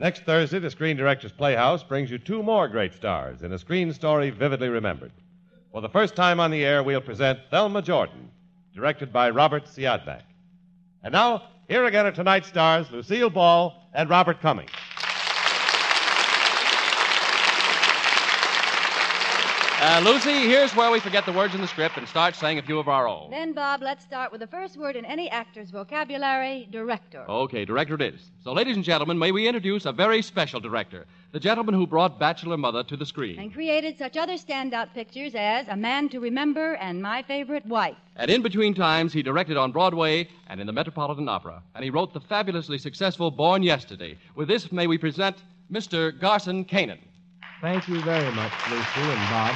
Next Thursday, the Screen Directors Playhouse brings you two more great stars in a screen story vividly remembered. For the first time on the air, we'll present Thelma Jordan, directed by Robert Siadmak. And now, here again are tonight's stars, Lucille Ball and Robert Cummings. Uh, Lucy, here's where we forget the words in the script and start saying a few of our own. Then, Bob, let's start with the first word in any actor's vocabulary director. Okay, director it is. So, ladies and gentlemen, may we introduce a very special director, the gentleman who brought Bachelor Mother to the screen. And created such other standout pictures as A Man to Remember and My Favorite Wife. And in between times, he directed on Broadway and in the Metropolitan Opera. And he wrote the fabulously successful Born Yesterday. With this, may we present Mr. Garson Kanan. Thank you very much, Lucy and Bob.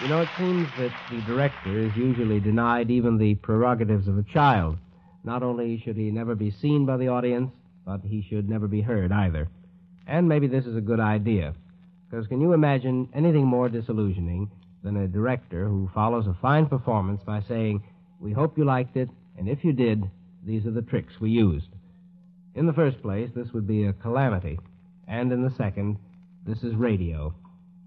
You know, it seems that the director is usually denied even the prerogatives of a child. Not only should he never be seen by the audience, but he should never be heard either. And maybe this is a good idea. Because can you imagine anything more disillusioning than a director who follows a fine performance by saying, We hope you liked it, and if you did, these are the tricks we used? In the first place, this would be a calamity. And in the second, this is radio,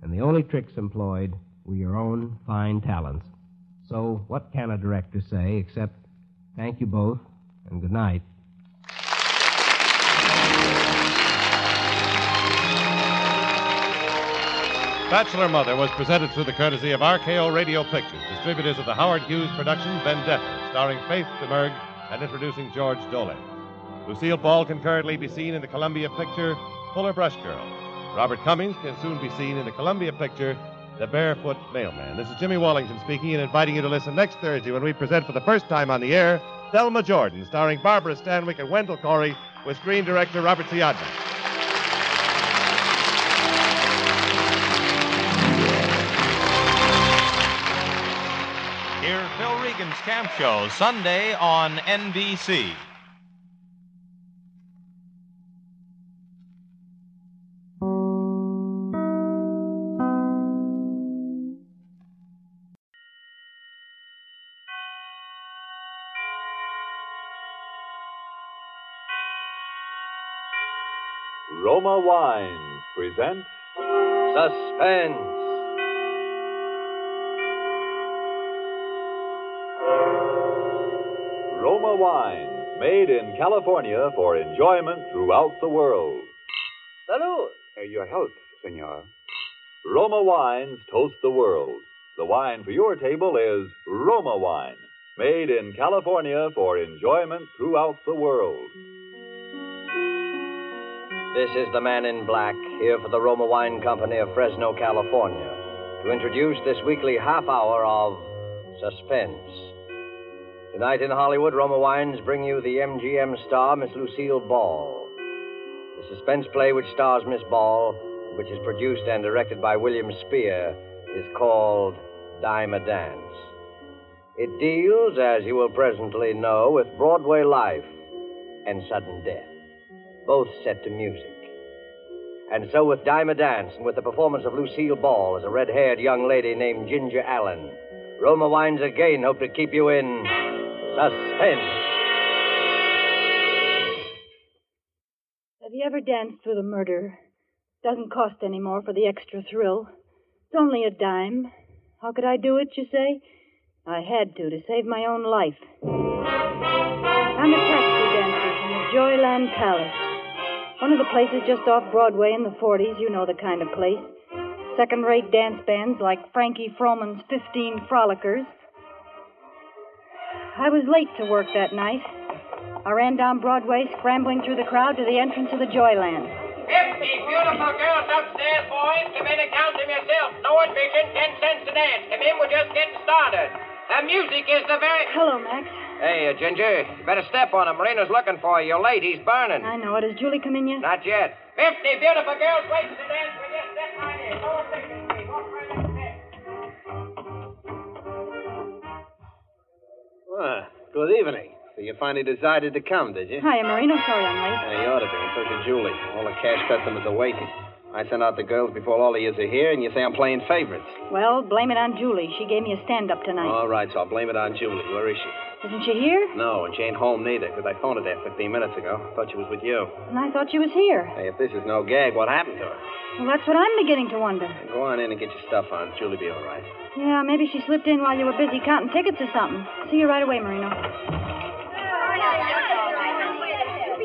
and the only tricks employed were your own fine talents. So, what can a director say except thank you both and good night? Bachelor Mother was presented through the courtesy of RKO Radio Pictures, distributors of the Howard Hughes production Vendetta, starring Faith DeMerg and introducing George Dole. Lucille Ball can currently be seen in the Columbia picture Fuller Brush Girl. Robert Cummings can soon be seen in the Columbia picture The Barefoot Mailman. This is Jimmy Wallington speaking and inviting you to listen next Thursday when we present for the first time on the air Thelma Jordan, starring Barbara Stanwyck and Wendell Corey, with screen director Robert Siodmak. Hear Phil Regan's Camp Show Sunday on NBC. Roma Wines presents Suspense. Roma Wines, made in California for enjoyment throughout the world. Salud! Uh, your health, senor. Roma Wines toast the world. The wine for your table is Roma Wine, made in California for enjoyment throughout the world. This is the man in black, here for the Roma Wine Company of Fresno, California, to introduce this weekly half hour of suspense. Tonight in Hollywood, Roma Wines bring you the MGM star, Miss Lucille Ball. The suspense play which stars Miss Ball, and which is produced and directed by William Spear, is called Dime a Dance. It deals, as you will presently know, with Broadway life and sudden death both set to music. And so, with Dime a Dance and with the performance of Lucille Ball as a red haired young lady named Ginger Allen, Roma Wines again hope to keep you in suspense. Have you ever danced with a murder? Doesn't cost any more for the extra thrill. It's only a dime. How could I do it, you say? I had to, to save my own life. I'm a taxi dancer from the Joyland Palace. One of the places just off Broadway in the 40s, you know the kind of place. Second rate dance bands like Frankie Froman's 15 Frolickers. I was late to work that night. I ran down Broadway, scrambling through the crowd to the entrance of the Joyland. Fifty beautiful girls upstairs, boys. You better count them yourself. No admission, ten cents a dance. Come in, we're just getting started. The music is the very. Hello, Max. Hey, uh, Ginger, you better step on him. Marina's looking for you. You're late. He's burning. I know it. Has Julie come in yet? Not yet. Fifty beautiful girls waiting to dance. We just step right in. No admission, please. Walk right in there. Ah, good evening. So you finally decided to come, did you? Hiya, Marino. Sorry I'm late. Yeah, you ought to be. And so should Julie. All the cash customers are waiting. I sent out the girls before all of yous are here, and you say I'm playing favorites. Well, blame it on Julie. She gave me a stand up tonight. All right, so I'll blame it on Julie. Where is she? Isn't she here? No, and she ain't home neither, 'cause I phoned her there 15 minutes ago. I thought she was with you. And I thought she was here. Hey, if this is no gag, what happened to her? Well, that's what I'm beginning to wonder. Go on in and get your stuff on. Julie'll be all right. Yeah, maybe she slipped in while you were busy counting tickets or something. See you right away, Marino.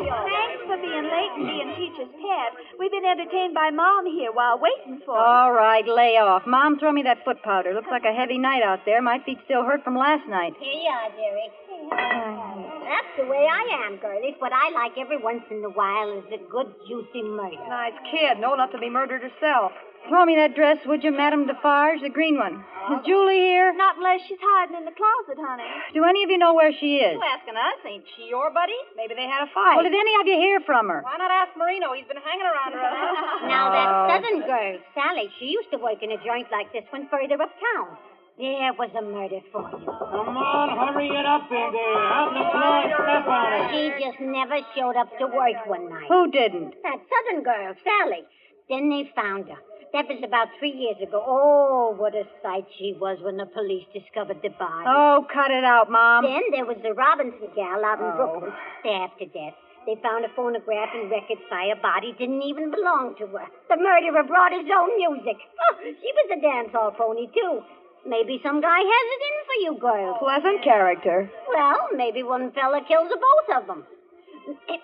Thanks for being late and being teacher's pet. We've been entertained by Mom here while waiting for you. All right, lay off. Mom, throw me that foot powder. Looks like a heavy night out there. My feet still hurt from last night. Here you are, dearie. That's the way I am, girlies. What I like every once in a while is a good, juicy murder. Nice kid, no enough to be murdered herself. Throw me that dress, would you, Madame Defarge, the green one? Is Julie here? Not unless she's hiding in the closet, honey. Do any of you know where she is? You asking us? Ain't she your buddy? Maybe they had a fight. Well, did any of you hear from her? Why not ask Marino? He's been hanging around her. Now, that Oh. southern girl, Sally, she used to work in a joint like this one further uptown. There was a murder for you. Come on, hurry it up in there. Out in the floor and step on it. She just never showed up to work one night. Who didn't? That southern girl, Sally. Then they found her. That was about three years ago. Oh, what a sight she was when the police discovered the body. Oh, cut it out, Mom. Then there was the Robinson gal out in Oh. Brooklyn, stabbed to death. They found a phonograph and records by a body didn't even belong to her. The murderer brought his own music. Oh, she was a dance hall pony, too. Maybe some guy has it in for you girls. Pleasant character. Well, maybe one fella kills the both of them.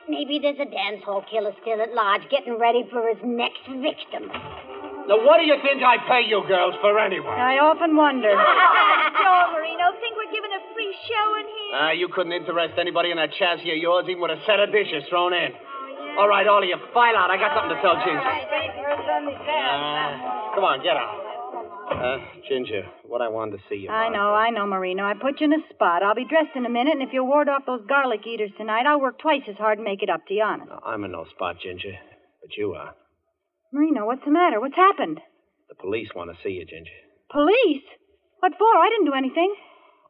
Maybe there's a dance hall killer still at large getting ready for his next victim. Now, what do you think I pay you girls for anyway? I often wonder. Joe Marino, think we're giving a free show in here? Ah, you couldn't interest anybody in that chassis of yours, even with a set of dishes thrown in. All right, all of you, file out. I got something to tell Ginger. Ah, come on, get out. Uh, Ginger, what I wanted to see you. I about. know, I know, Marino. I put you in a spot. I'll be dressed in a minute, and if you ward off those garlic eaters tonight, I'll work twice as hard and make it up to you, honest. I'm in no spot, Ginger, but you are. Marino, what's the matter? What's happened? The police want to see you, Ginger. Police? What for? I didn't do anything.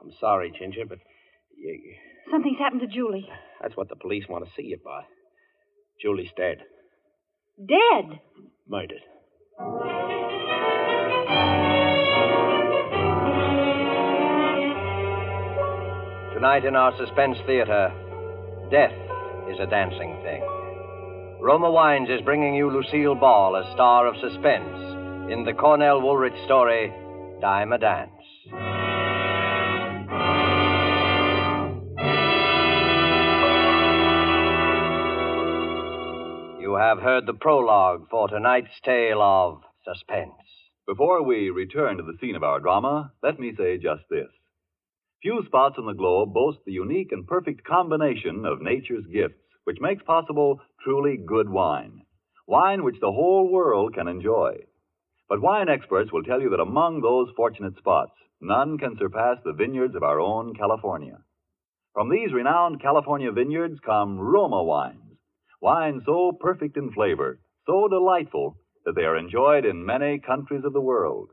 I'm sorry, Ginger, but you, Something's happened to Julie. that's what the police want to see you by. Julie's dead, Dead. murdered. Tonight in our suspense theater, Death is a Dancing Thing. Roma Wines is bringing you Lucille Ball, a star of suspense, in the Cornell Woolrich story, Dime a Dance. You have heard the prologue for tonight's tale of suspense. Before we return to the scene of our drama, let me say just this. Few spots on the globe boast the unique and perfect combination of nature's gifts, which makes possible truly good wine. Wine which the whole world can enjoy. But wine experts will tell you that among those fortunate spots, none can surpass the vineyards of our own California. From these renowned California vineyards come Roma wines, wines so perfect in flavor, so delightful, that they are enjoyed in many countries of the world.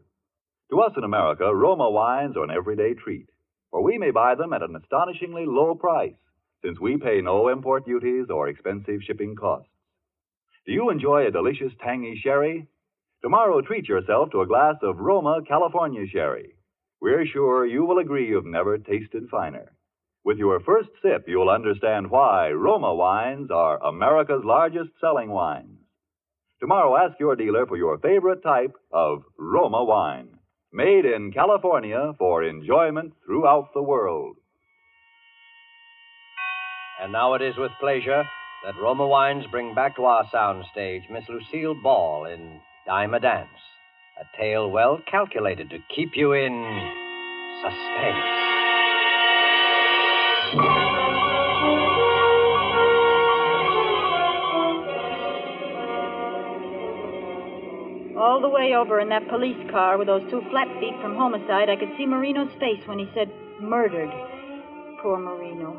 To us in America, Roma wines are an everyday treat, for we may buy them at an astonishingly low price, since we pay no import duties or expensive shipping costs. Do you enjoy a delicious tangy sherry? Tomorrow, treat yourself to a glass of Roma California sherry. We're sure you will agree you've never tasted finer. With your first sip, you'll understand why Roma wines are America's largest selling wines. Tomorrow, ask your dealer for your favorite type of Roma wine, made in California for enjoyment throughout the world. And now it is with pleasure that Roma Wines bring back to our soundstage Miss Lucille Ball in Dime a Dance, a tale well calculated to keep you in suspense. All the way over in that police car with those two flat feet from homicide, I could see Marino's face when he said, murdered. Poor Marino.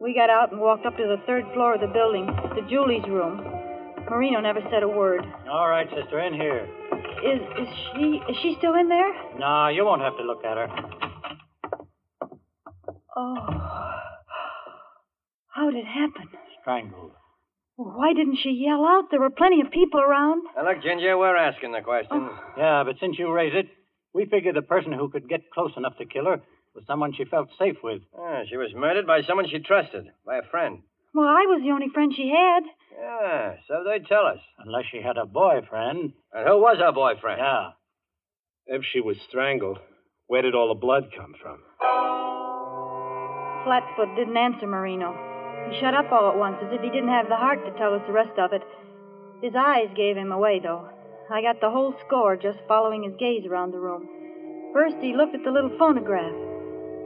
We got out and walked up to the third floor of the building, to Julie's room. Marino never said a word. All right, sister, in here. Is, is she is she still in there? No, you won't have to look at her. Oh. How did it happen? Strangled. Why didn't she yell out? There were plenty of people around. Now, look, Ginger, we're asking the question. Oh. Yeah, but since you raise it, we figured the person who could get close enough to kill her was someone she felt safe with. Ah, she was murdered by someone she trusted, by a friend. Well, I was the only friend she had. Yeah, so they tell us. Unless she had a boyfriend. And who was her boyfriend? Yeah. If she was strangled, where did all the blood come from? Flatfoot didn't answer Marino. He shut up all at once, as if he didn't have the heart to tell us the rest of it. His eyes gave him away, though. I got the whole score just following his gaze around the room. First, he looked at the little phonograph.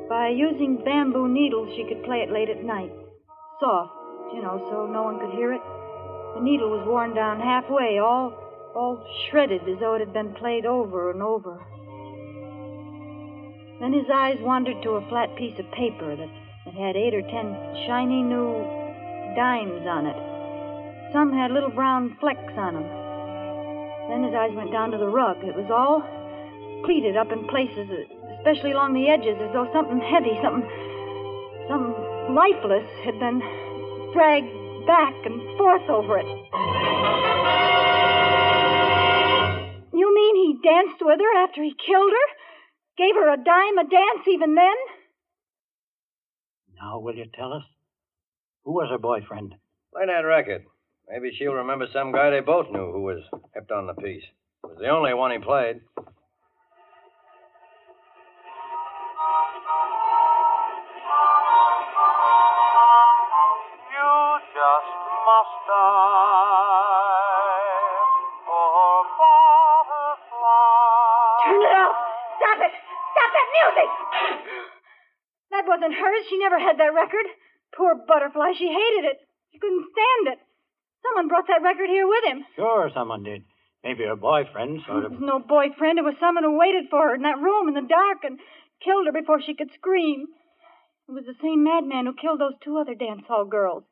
By using bamboo needles, she could play it late at night. Soft, you know, so no one could hear it. The needle was worn down halfway, all, all shredded as though it had been played over and over. Then his eyes wandered to a flat piece of paper that it had eight or ten shiny new dimes on it. Some had little brown flecks on them. Then his eyes went down to the rug. It was all pleated up in places, especially along the edges, as though something heavy, something, something lifeless had been dragged back and forth over it. You mean he danced with her after he killed her? Gave her a dime a dance even then? Now, will you tell us? Who was her boyfriend? Play that record. Maybe she'll remember some guy they both knew who was kept on the piece. It was the only one he played. You just must die for father. it! Stop that music! That wasn't hers. She never had that record. Poor butterfly. She hated it. She couldn't stand it. Someone brought that record here with him. Sure, someone did. Maybe her boyfriend sort of. It was no boyfriend. It was someone who waited for her in that room in the dark and killed her before she could scream. It was the same madman who killed those two other dance hall girls.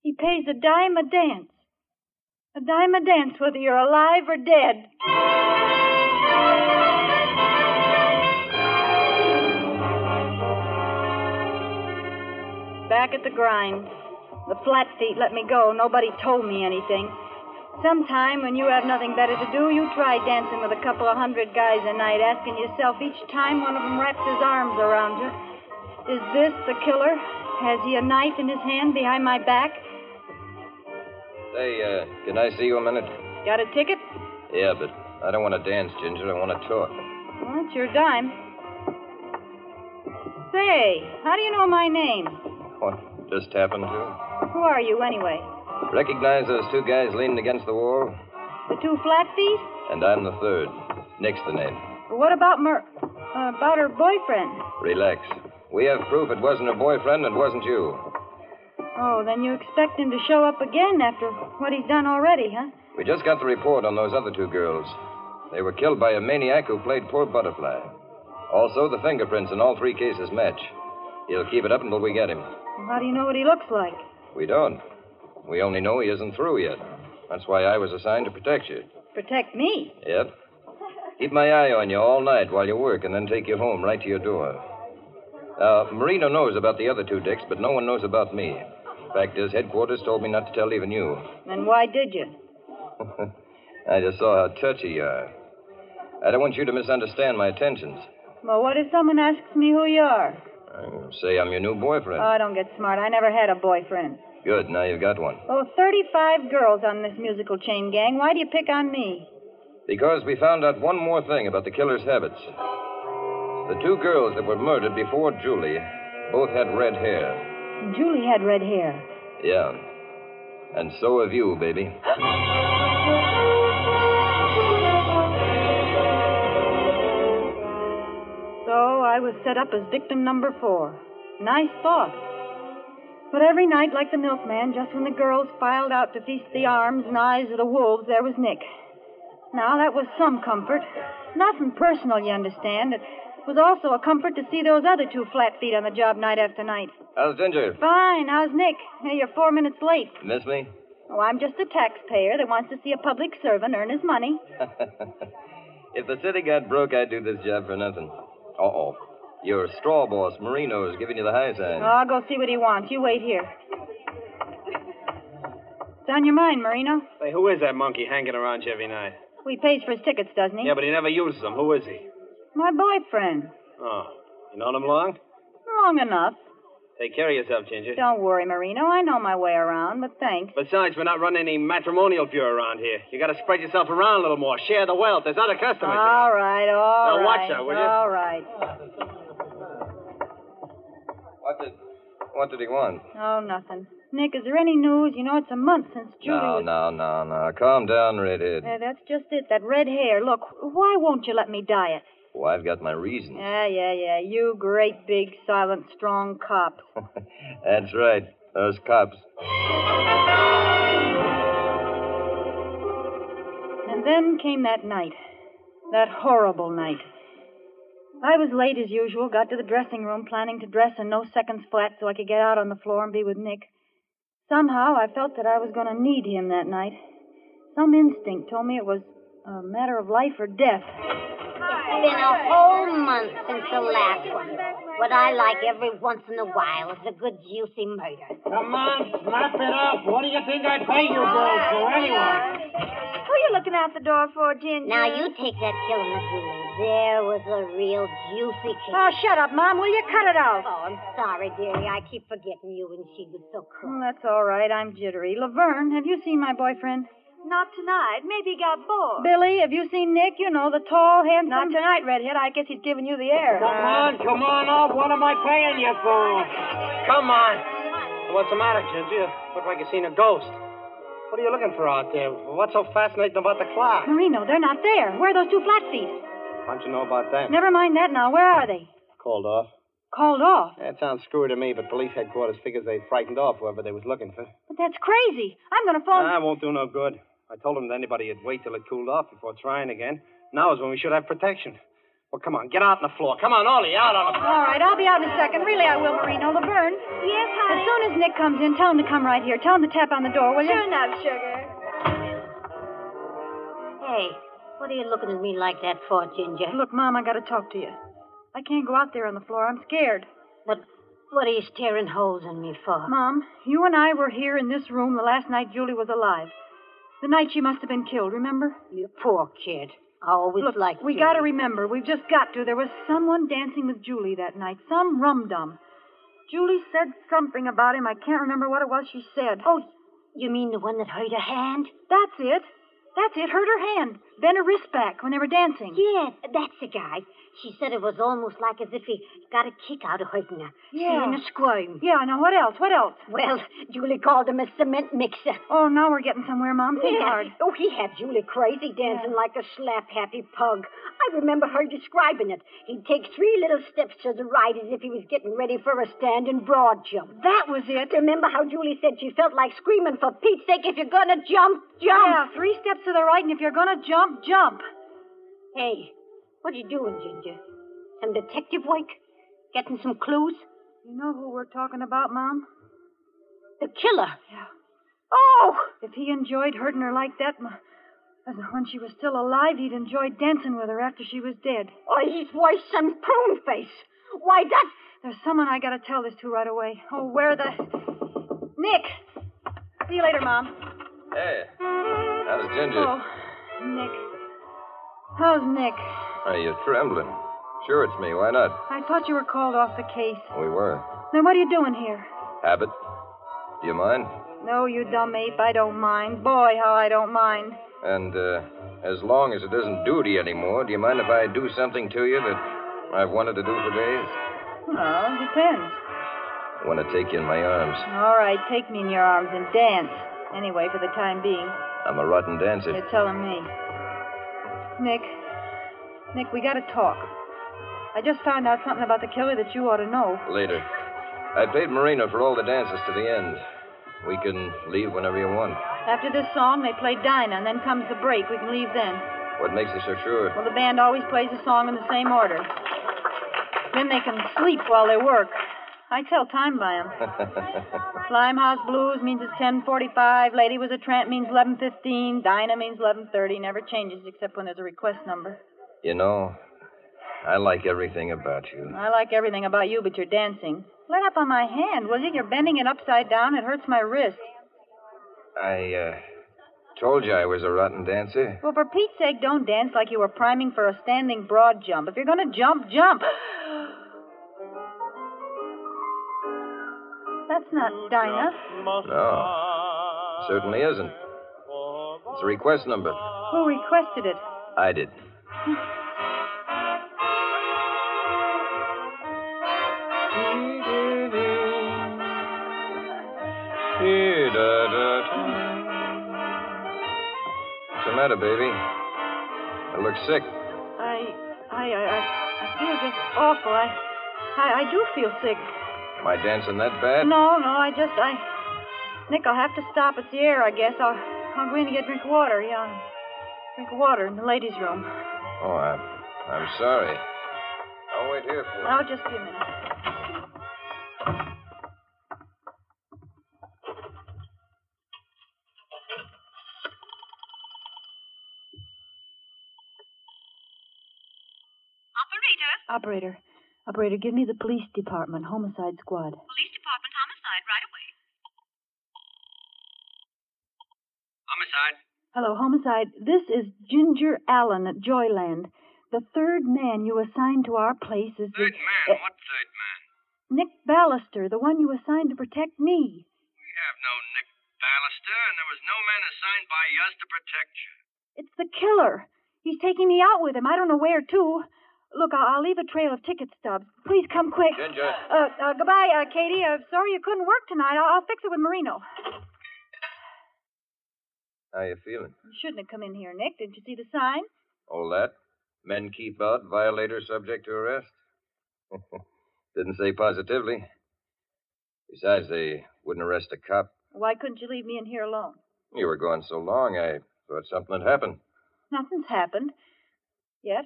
He pays a dime a dance. A dime a dance whether you're alive or dead. Back at the grind. The flat feet let me go. Nobody told me anything. Sometime when you have nothing better to do, you try dancing with a couple of hundred guys a night, asking yourself each time one of them wraps his arms around you, is this the killer? Has he a knife in his hand behind my back? Say, uh, can I see you a minute? Got a ticket? Yeah, but I don't want to dance, Ginger. I want to talk. Well, it's your dime. Say, how do you know my name? What just happened to? Who are you, anyway? Recognize those two guys leaning against the wall? The two flat feet? And I'm the third. Nick's the name. What about Mer. Uh, about her boyfriend? Relax. We have proof it wasn't her boyfriend and it wasn't you. Oh, then you expect him to show up again after what he's done already, huh? We just got the report on those other two girls. They were killed by a maniac who played poor Butterfly. Also, the fingerprints in all three cases match. He'll keep it up until we get him. How do you know what he looks like? We don't. We only know he isn't through yet. That's why I was assigned to protect you. Protect me. Yep. Keep my eye on you all night while you work, and then take you home right to your door. Uh, Marino knows about the other two dicks, but no one knows about me. Fact is, headquarters told me not to tell even you. Then why did you? I just saw how touchy you are. I don't want you to misunderstand my intentions. Well, what if someone asks me who you are? Uh, Say I'm your new boyfriend. Oh, don't get smart. I never had a boyfriend. Good, now you've got one. Oh, 35 girls on this musical chain gang. Why do you pick on me? Because we found out one more thing about the killer's habits. The two girls that were murdered before Julie both had red hair. Julie had red hair. Yeah. And so have you, baby. So I was set up as victim number four. Nice thought. But every night, like the milkman, just when the girls filed out to feast the arms and eyes of the wolves, there was Nick. Now, that was some comfort. Nothing personal, you understand. It was also a comfort to see those other two flat feet on the job night after night. How's Ginger? Fine, how's Nick? Hey, you're four minutes late. Miss me? Oh, I'm just a taxpayer that wants to see a public servant earn his money. if the city got broke, I'd do this job for nothing. Uh oh. Your straw boss, Marino, is giving you the high sign. Well, Oh, I'll go see what he wants. You wait here. It's on your mind, Marino. Say, who is that monkey hanging around you every night? Well, He pays for his tickets, doesn't he? Yeah, but he never uses them. Who is he? My boyfriend. Oh, you known him long? Long enough. Take care of yourself, Ginger. Don't worry, Marino. I know my way around, but thanks. Besides, we're not running any matrimonial bureau around here. You got to spread yourself around a little more. Share the wealth. There's other customers. All right, all right. Now, watch out, will you? All right. What did, what did he want? Oh, nothing. Nick, is there any news? You know, it's a month since Julie No, was... no, no, no. Calm down, Redhead. Yeah, that's just it. That red hair. Look, why won't you let me dye it? Oh, I've got my reasons. Yeah, yeah, yeah. You great, big, silent, strong cop. That's right. Those cops. And then came that night. That horrible night. I was late as usual, got to the dressing room planning to dress in no seconds flat so I could get out on the floor and be with Nick. Somehow I felt that I was going to need him that night. Some instinct told me it was a matter of life or death. It's been a whole month since the last one. What I like every once in a while is a good juicy murder. Come on, slap it up. What do you think I pay you girls for anyway? Who are you looking out the door for, Ginger? Now you take that killing of Julie. There was a real juicy case. Oh, shut up, Mom. Will you cut it out? Oh, I'm sorry, dearie. I keep forgetting you, and she was so cruel. Well, that's all right. I'm jittery. Laverne, have you seen my boyfriend? Not tonight. Maybe he got bored. Billy, have you seen Nick? You know, the tall, handsome. Not tonight, Redhead. I guess he's giving you the air. Come on, come on up. What am I paying you for? Come on. What's the matter, Ginger? You look like you've seen a ghost. What are you looking for out there? What's so fascinating about the clock? Marino, they're not there. Where are those two flat feet? How'd you know about that? Never mind that now. Where are they? Called off. Called off. That sounds screwy to me, but police headquarters figures they frightened off whoever they was looking for. But that's crazy. I'm going to phone. Nah, won't do no good. I told them that anybody would wait till it cooled off before trying again. Now is when we should have protection. Well, come on, get out on the floor. Come on, Ollie, out on the floor. All right, I'll be out in a second. Really, I will, Marino. Laverne. Yes, honey. As soon as Nick comes in, tell him to come right here. Tell him to tap on the door, will you? Sure enough, sugar. Hey, What are you looking at me like that for, Ginger? look, Mom, I got to talk to you. I can't go out there on the floor. I'm scared. But what are you staring holes in me for? Mom, you and I were here in this room the last night Julie was alive. The night she must have been killed, remember? You poor kid. I always Look, liked we you. gotta remember, we've just got to. There was someone dancing with Julie that night, some rum dum. Julie said something about him. I can't remember what it was she said. Oh, you mean the one that hurt her hand? That's it. That's it. Hurt her hand. Bent her wrist back when they were dancing. Yeah, that's the guy. She said it was almost like as if he got a kick out of hurting her. Yeah. Seeing her squirm. Yeah, now what else? What else? Well, Julie called him a cement mixer. Oh, now we're getting somewhere, Mom. Think hard. Oh, he had Julie crazy dancing like a slap happy pug. I remember her describing it. He'd take three little steps to the right as if he was getting ready for a stand and broad jump. That was it. Remember how Julie said she felt like screaming for Pete's sake if you're gonna jump, jump. Yeah, three steps to the right, and if you're gonna jump, jump. Hey, what are you doing, Ginger? Some detective work? Getting some clues? You know who we're talking about, Mom? The killer. Oh! If he enjoyed hurting her like that, Ma- as when she was still alive, he'd enjoy dancing with her after she was dead. Oh, he's worse than prune face. Why, that. There's someone I gotta tell this to right away. Oh, where the. Nick! See you later, Mom. Hey, how's Ginger? Oh, Nick. How's Nick? Are you trembling? Sure, it's me. Why not? I thought you were called off the case. We were. Now, what are you doing here? Habit. Do you mind? No, you dumb ape, I don't mind. Boy, how I don't mind. And uh, as long as it isn't duty anymore, do you mind if I do something to you that I've wanted to do for days? Well, depends. I want to take you in my arms. All right, take me in your arms and dance. Anyway, for the time being, I'm a rotten dancer. you're telling me. Nick, Nick, we gotta talk. I just found out something about the killer that you ought to know. Later. I paid Marina for all the dances to the end. We can leave whenever you want. After this song, they play Dinah, and then comes the break. We can leave then. What makes you so sure? Well, the band always plays the song in the same order. Then they can sleep while they work. I tell time by 'em. Limehouse Blues means it's 10:45. Lady was a tramp means 11:15. Dinah means 11:30. Never changes except when there's a request number. you know, I like everything about you. I like everything about you, but your dancing. Let up on my hand, will you? You're bending it upside down. It hurts my wrist. I uh, told you I was a rotten dancer. Well, for Pete's sake, don't dance like you were priming for a standing broad jump. If you're going to jump, jump. That's not Dinah. No, certainly isn't. It's a request number. Who requested it? I did. What's the matter, baby? I look sick. I, I, I, I, I feel just awful. I, I, I do feel sick. Am I dancing that bad? No, no, I just, I, Nick, I'll have to stop. It's the air, I guess. I'll, I'll go in and get a drink of water. Yeah, drink of water in the ladies' room. Oh, I'm, I'm sorry. I'll wait here for you. Now, Oh, just be a minute. Operator, Operator, operator, give me the police department, homicide squad. police department homicide right away. Homicide. Hello, homicide. This is Ginger Allen at Joyland. The third man you assigned to our place is the- Third man? uh, What third man? Nick Ballister, the one you assigned to protect me. We have no Nick Ballister, and there was no man assigned by us to protect you. It's the killer. He's taking me out with him. I don't know where to. Look, I'll, I'll leave a trail of ticket stubs. Please come quick. Ginger. Uh, uh, goodbye, uh, Katie. Uh, sorry you couldn't work tonight. I'll, I'll fix it with Marino. How you feeling? You shouldn't have come in here, Nick. Didn't you see the sign? All that? Men keep out, violator subject to arrest? Didn't say positively. Besides, they wouldn't arrest a cop. Why couldn't you leave me in here alone? You were gone so long, I thought something had happened. Nothing's happened. Yet.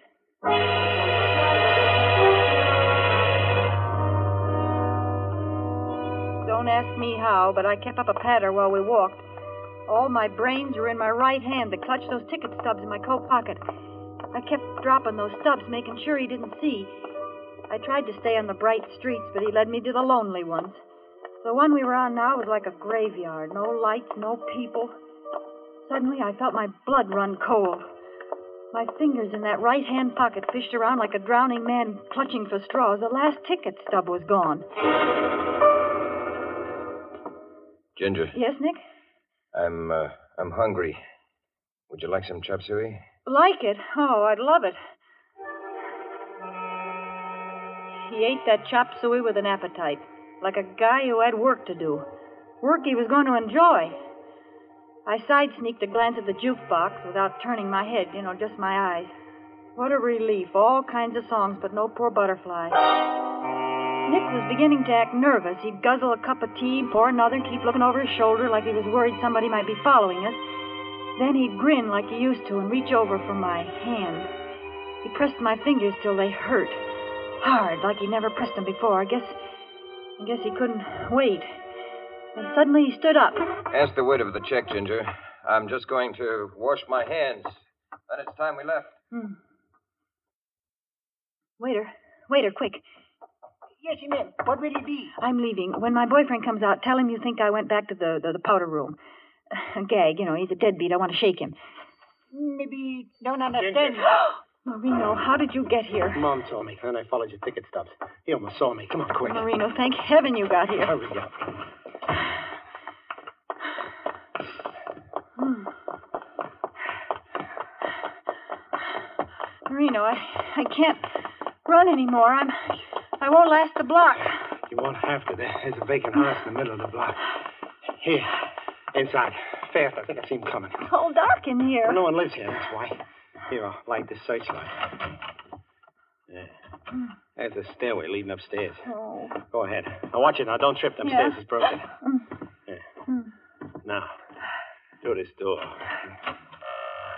Don't ask me how, but I kept up a patter while we walked. All my brains were in my right hand to clutch those ticket stubs in my coat pocket. I kept dropping those stubs, making sure he didn't see. I tried to stay on the bright streets, but he led me to the lonely ones. The one we were on now was like a graveyard no lights, no people. Suddenly, I felt my blood run cold. My fingers in that right hand pocket fished around like a drowning man clutching for straws. The last ticket stub was gone. Ginger, Yes, Nick? I'm uh, I'm hungry. Would you like some chop suey? Like it? Oh, I'd love it. He ate that chop suey with an appetite, like a guy who had work to do. Work he was going to enjoy. I side sneaked a glance at the jukebox without turning my head, you know, just my eyes. What a relief. All kinds of songs, but no poor butterfly. Nick was beginning to act nervous. He'd guzzle a cup of tea, pour another, keep looking over his shoulder like he was worried somebody might be following us. Then he'd grin like he used to and reach over for my hand. He pressed my fingers till they hurt, hard, like he never pressed them before. I guess, I guess he couldn't wait. And suddenly he stood up. Ask the waiter for the check, Ginger. I'm just going to wash my hands. Then it's time we left. Hmm. Waiter, waiter, quick! Yes, ma'am. What will it be? I'm leaving. When my boyfriend comes out, tell him you think I went back to the the, the powder room. Gag, you know, he's a deadbeat. I want to shake him. Maybe don't understand. Ginger. Marino, how did you get here? Mom told me, and I followed your ticket stubs. He almost saw me. Come on, quick. Marino, thank heaven you got here. Hurry up. Hmm. Marino, I, I can't run anymore. I'm I won't last the block. You won't have to. There- There's a vacant house in the middle of the block. Here, inside. Fast. I think I see him coming. It's all dark in here. No one lives here, that's why. Here, I'll light this searchlight. Yeah. There's a stairway leading upstairs. Oh. Go ahead. Now, watch it now. Don't trip. Them Yeah. stairs is broken. Hmm. Now, through this door.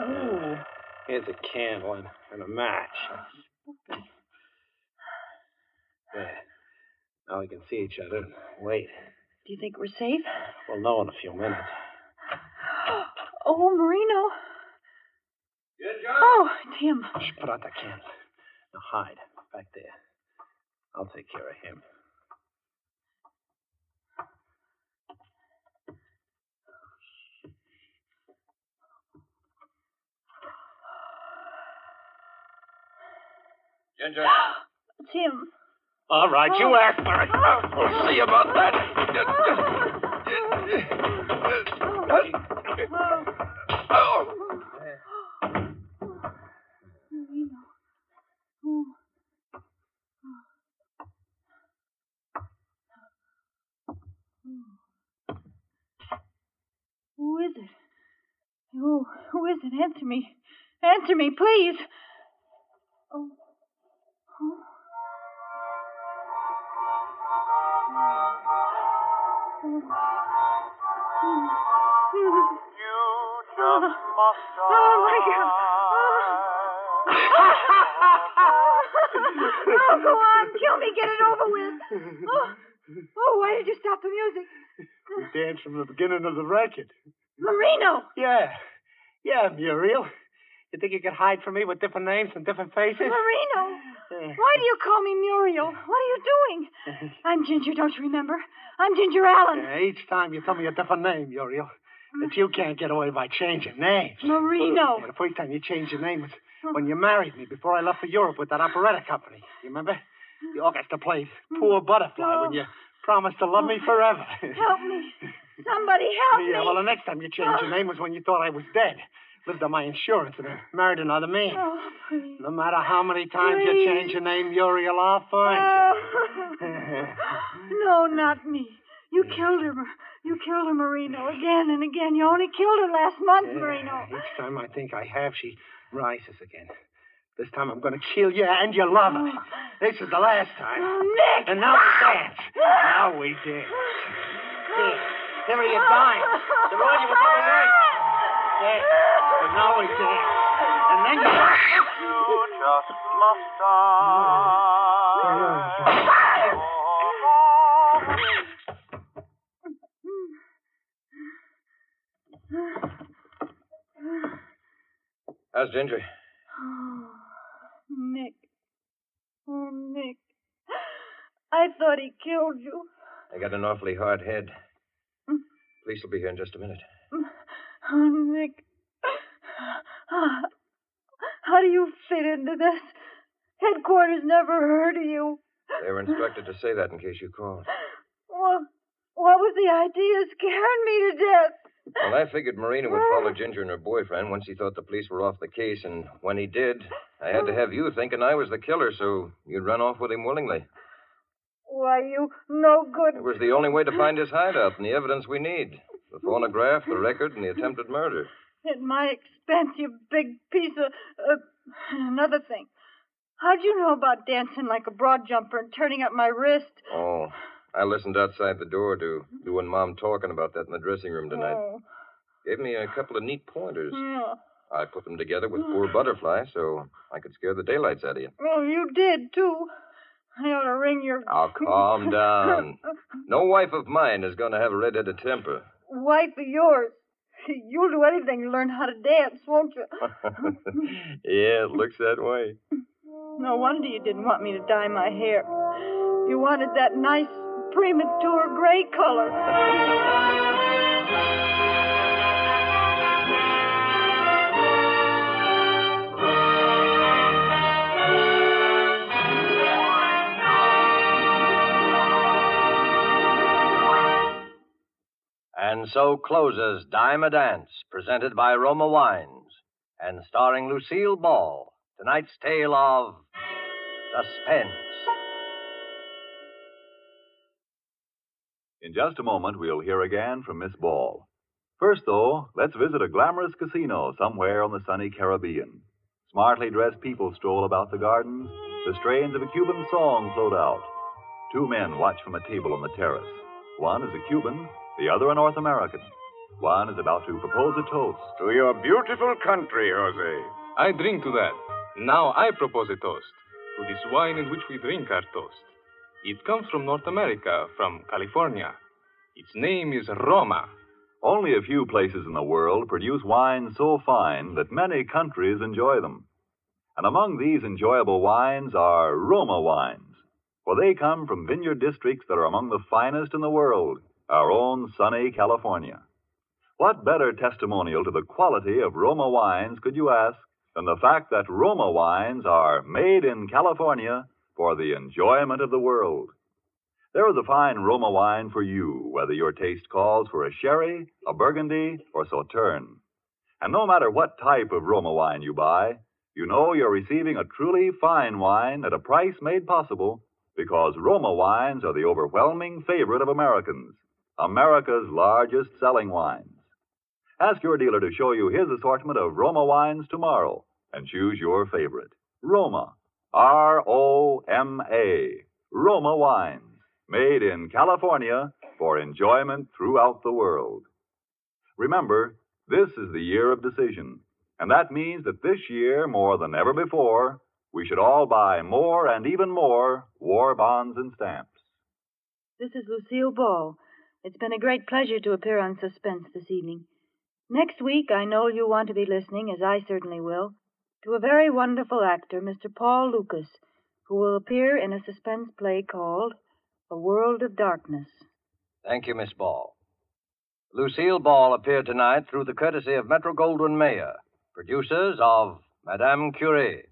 Oh. Here's a candle and, and a match. There. Now we can see each other and wait. Do you think we're safe? We'll know in a few minutes. Oh, Marino. Oh, Tim. Shh, put out that candle. Now hide back there. I'll take care of him. Ginger. Tim. All right, you act for it. We'll see about that. Marino. Oh. Who is it? Who, who is it? Answer me. Answer me, please. Oh. Oh. Oh, my God. oh, go on. Kill me. Get it over with. Oh, oh why did you stop the music? We danced from the beginning of the record. Marino! Yeah. Yeah, Muriel. You think you could hide from me with different names and different faces? Marino! Why do you call me Muriel? What are you doing? I'm Ginger, don't you remember? I'm Ginger Allen. Yeah, each time you tell me a different name, Muriel. But you can't get away by changing names. Marino. Yeah, the first time you changed your name was when you married me before I left for Europe with that operetta company. You remember? The orchestra played Mm. Poor Butterfly when you promised to love me forever. Help me. Somebody help me. yeah, well, the next time you changed your name was when you thought I was dead. Lived on my insurance and I married another man. Oh, please. No matter how many times you change your name, Muriel, I'll find Oh. you. no, not me. You killed her. Mar- You killed her, Marino, again and again. You only killed her last month, Yeah, Marino. Each time I think I have, she rises again. This time I'm going to kill you and your lover. This is the last time. Nick! And now we dance. Now we dance. Here, give her your dime. The road you were going right. Yes. And now we dance. And then you... just must Oh. die. How's Ginger? Oh, Nick. Oh, Nick. I thought he killed you. I got an awfully hard head. Police will be here in just a minute. Oh, Nick. Ah, How do you fit into this? Headquarters never heard of you. They were instructed to say that in case you called. Well, what was the idea? Scaring me to death. Well, I figured Marina would follow Ginger and her boyfriend once he thought the police were off the case, and when he did, I had to have you thinking I was the killer, so you'd run off with him willingly. Why, you no good. It was the only way to find his hideout and the evidence we need the phonograph, the record, and the attempted murder. At my expense, you big piece of. Uh, another thing. How'd you know about dancing like a broad jumper and turning up my wrist? Oh, I listened outside the door to you and Mom talking about that in the dressing room tonight. Oh. Gave me a couple of neat pointers. Yeah. I put them together with poor Butterfly so I could scare the daylights out of you. Oh, you did, too. I ought to ring your Now, Oh, calm down. No wife of mine is going to have a red-headed temper. wife of yours. You'll do anything to learn how to dance, won't you? yeah, it looks that way. No wonder you didn't want me to dye my hair. You wanted that nice, premature gray color. And so closes Dime a Dance, presented by Roma Wines and starring Lucille Ball. Tonight's tale of suspense. In just a moment, we'll hear again from Miss Ball. First, though, let's visit a glamorous casino somewhere on the sunny Caribbean. Smartly dressed people stroll about the gardens. The strains of a Cuban song float out. Two men watch from a table on the terrace. One is a Cuban, the other a North American. One is about to propose a toast. To your beautiful country, Jose. I drink to that. Now I propose a toast to this wine in which we drink our toast. It comes from North America, from California. Its name is Roma. Only a few places in the world produce wines so fine that many countries enjoy them. And among these enjoyable wines are Roma wines, for they come from vineyard districts that are among the finest in the world, our own sunny California. What better testimonial to the quality of Roma wines could you ask than the fact that Roma wines are made in California for the enjoyment of the world? There is a fine Roma wine for you, whether your taste calls for a sherry, a burgundy, or sauterne. And no matter what type of Roma wine you buy, you know you're receiving a truly fine wine at a price made possible because Roma wines are the overwhelming favorite of Americans, America's largest selling wines. Ask your dealer to show you his assortment of Roma wines tomorrow and choose your favorite. Roma, R O M A, Roma wines, made in California for enjoyment throughout the world. Remember, this is the year of decision, and that means that this year, more than ever before, we should all buy more and even more war bonds and stamps. This is Lucille Ball. It's been a great pleasure to appear on Suspense this evening. Next week, I know you want to be listening, as I certainly will, to a very wonderful actor, Mr. Paul Lucas, who will appear in a suspense play called A World of Darkness. Thank you, Miss Ball. Lucille Ball appeared tonight through the courtesy of Metro Goldwyn Mayer, producers of Madame Curie.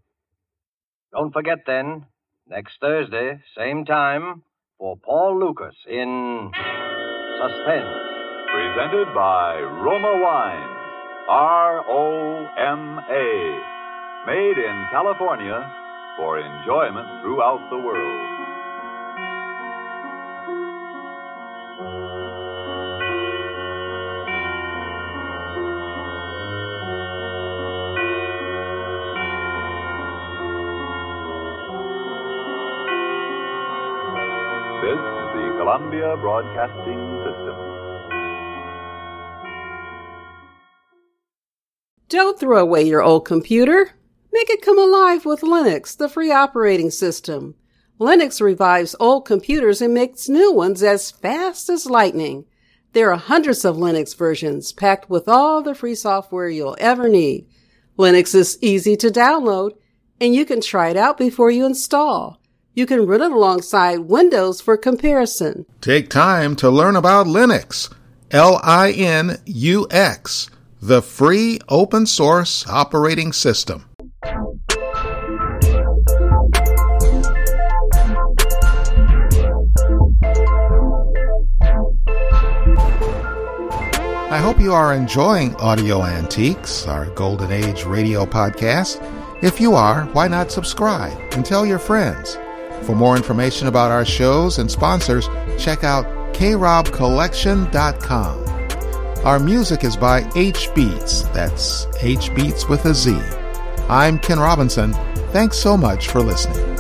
Don't forget then, next Thursday, same time, for Paul Lucas in Suspense. Presented by Roma Wines, R O M A, made in California for enjoyment throughout the world. This is the Columbia Broadcasting System. Don't throw away your old computer. Make it come alive with Linux, the free operating system. Linux revives old computers and makes new ones as fast as lightning. There are hundreds of Linux versions packed with all the free software you'll ever need. Linux is easy to download and you can try it out before you install. You can run it alongside Windows for comparison. Take time to learn about Linux. L I N U X, the free open source operating system. I hope you are enjoying Audio Antiques, our Golden Age radio podcast. If you are, why not subscribe and tell your friends? For more information about our shows and sponsors, check out krobcollection.com. Our music is by H Beats. That's H Beats with a Z. I'm Ken Robinson. Thanks so much for listening.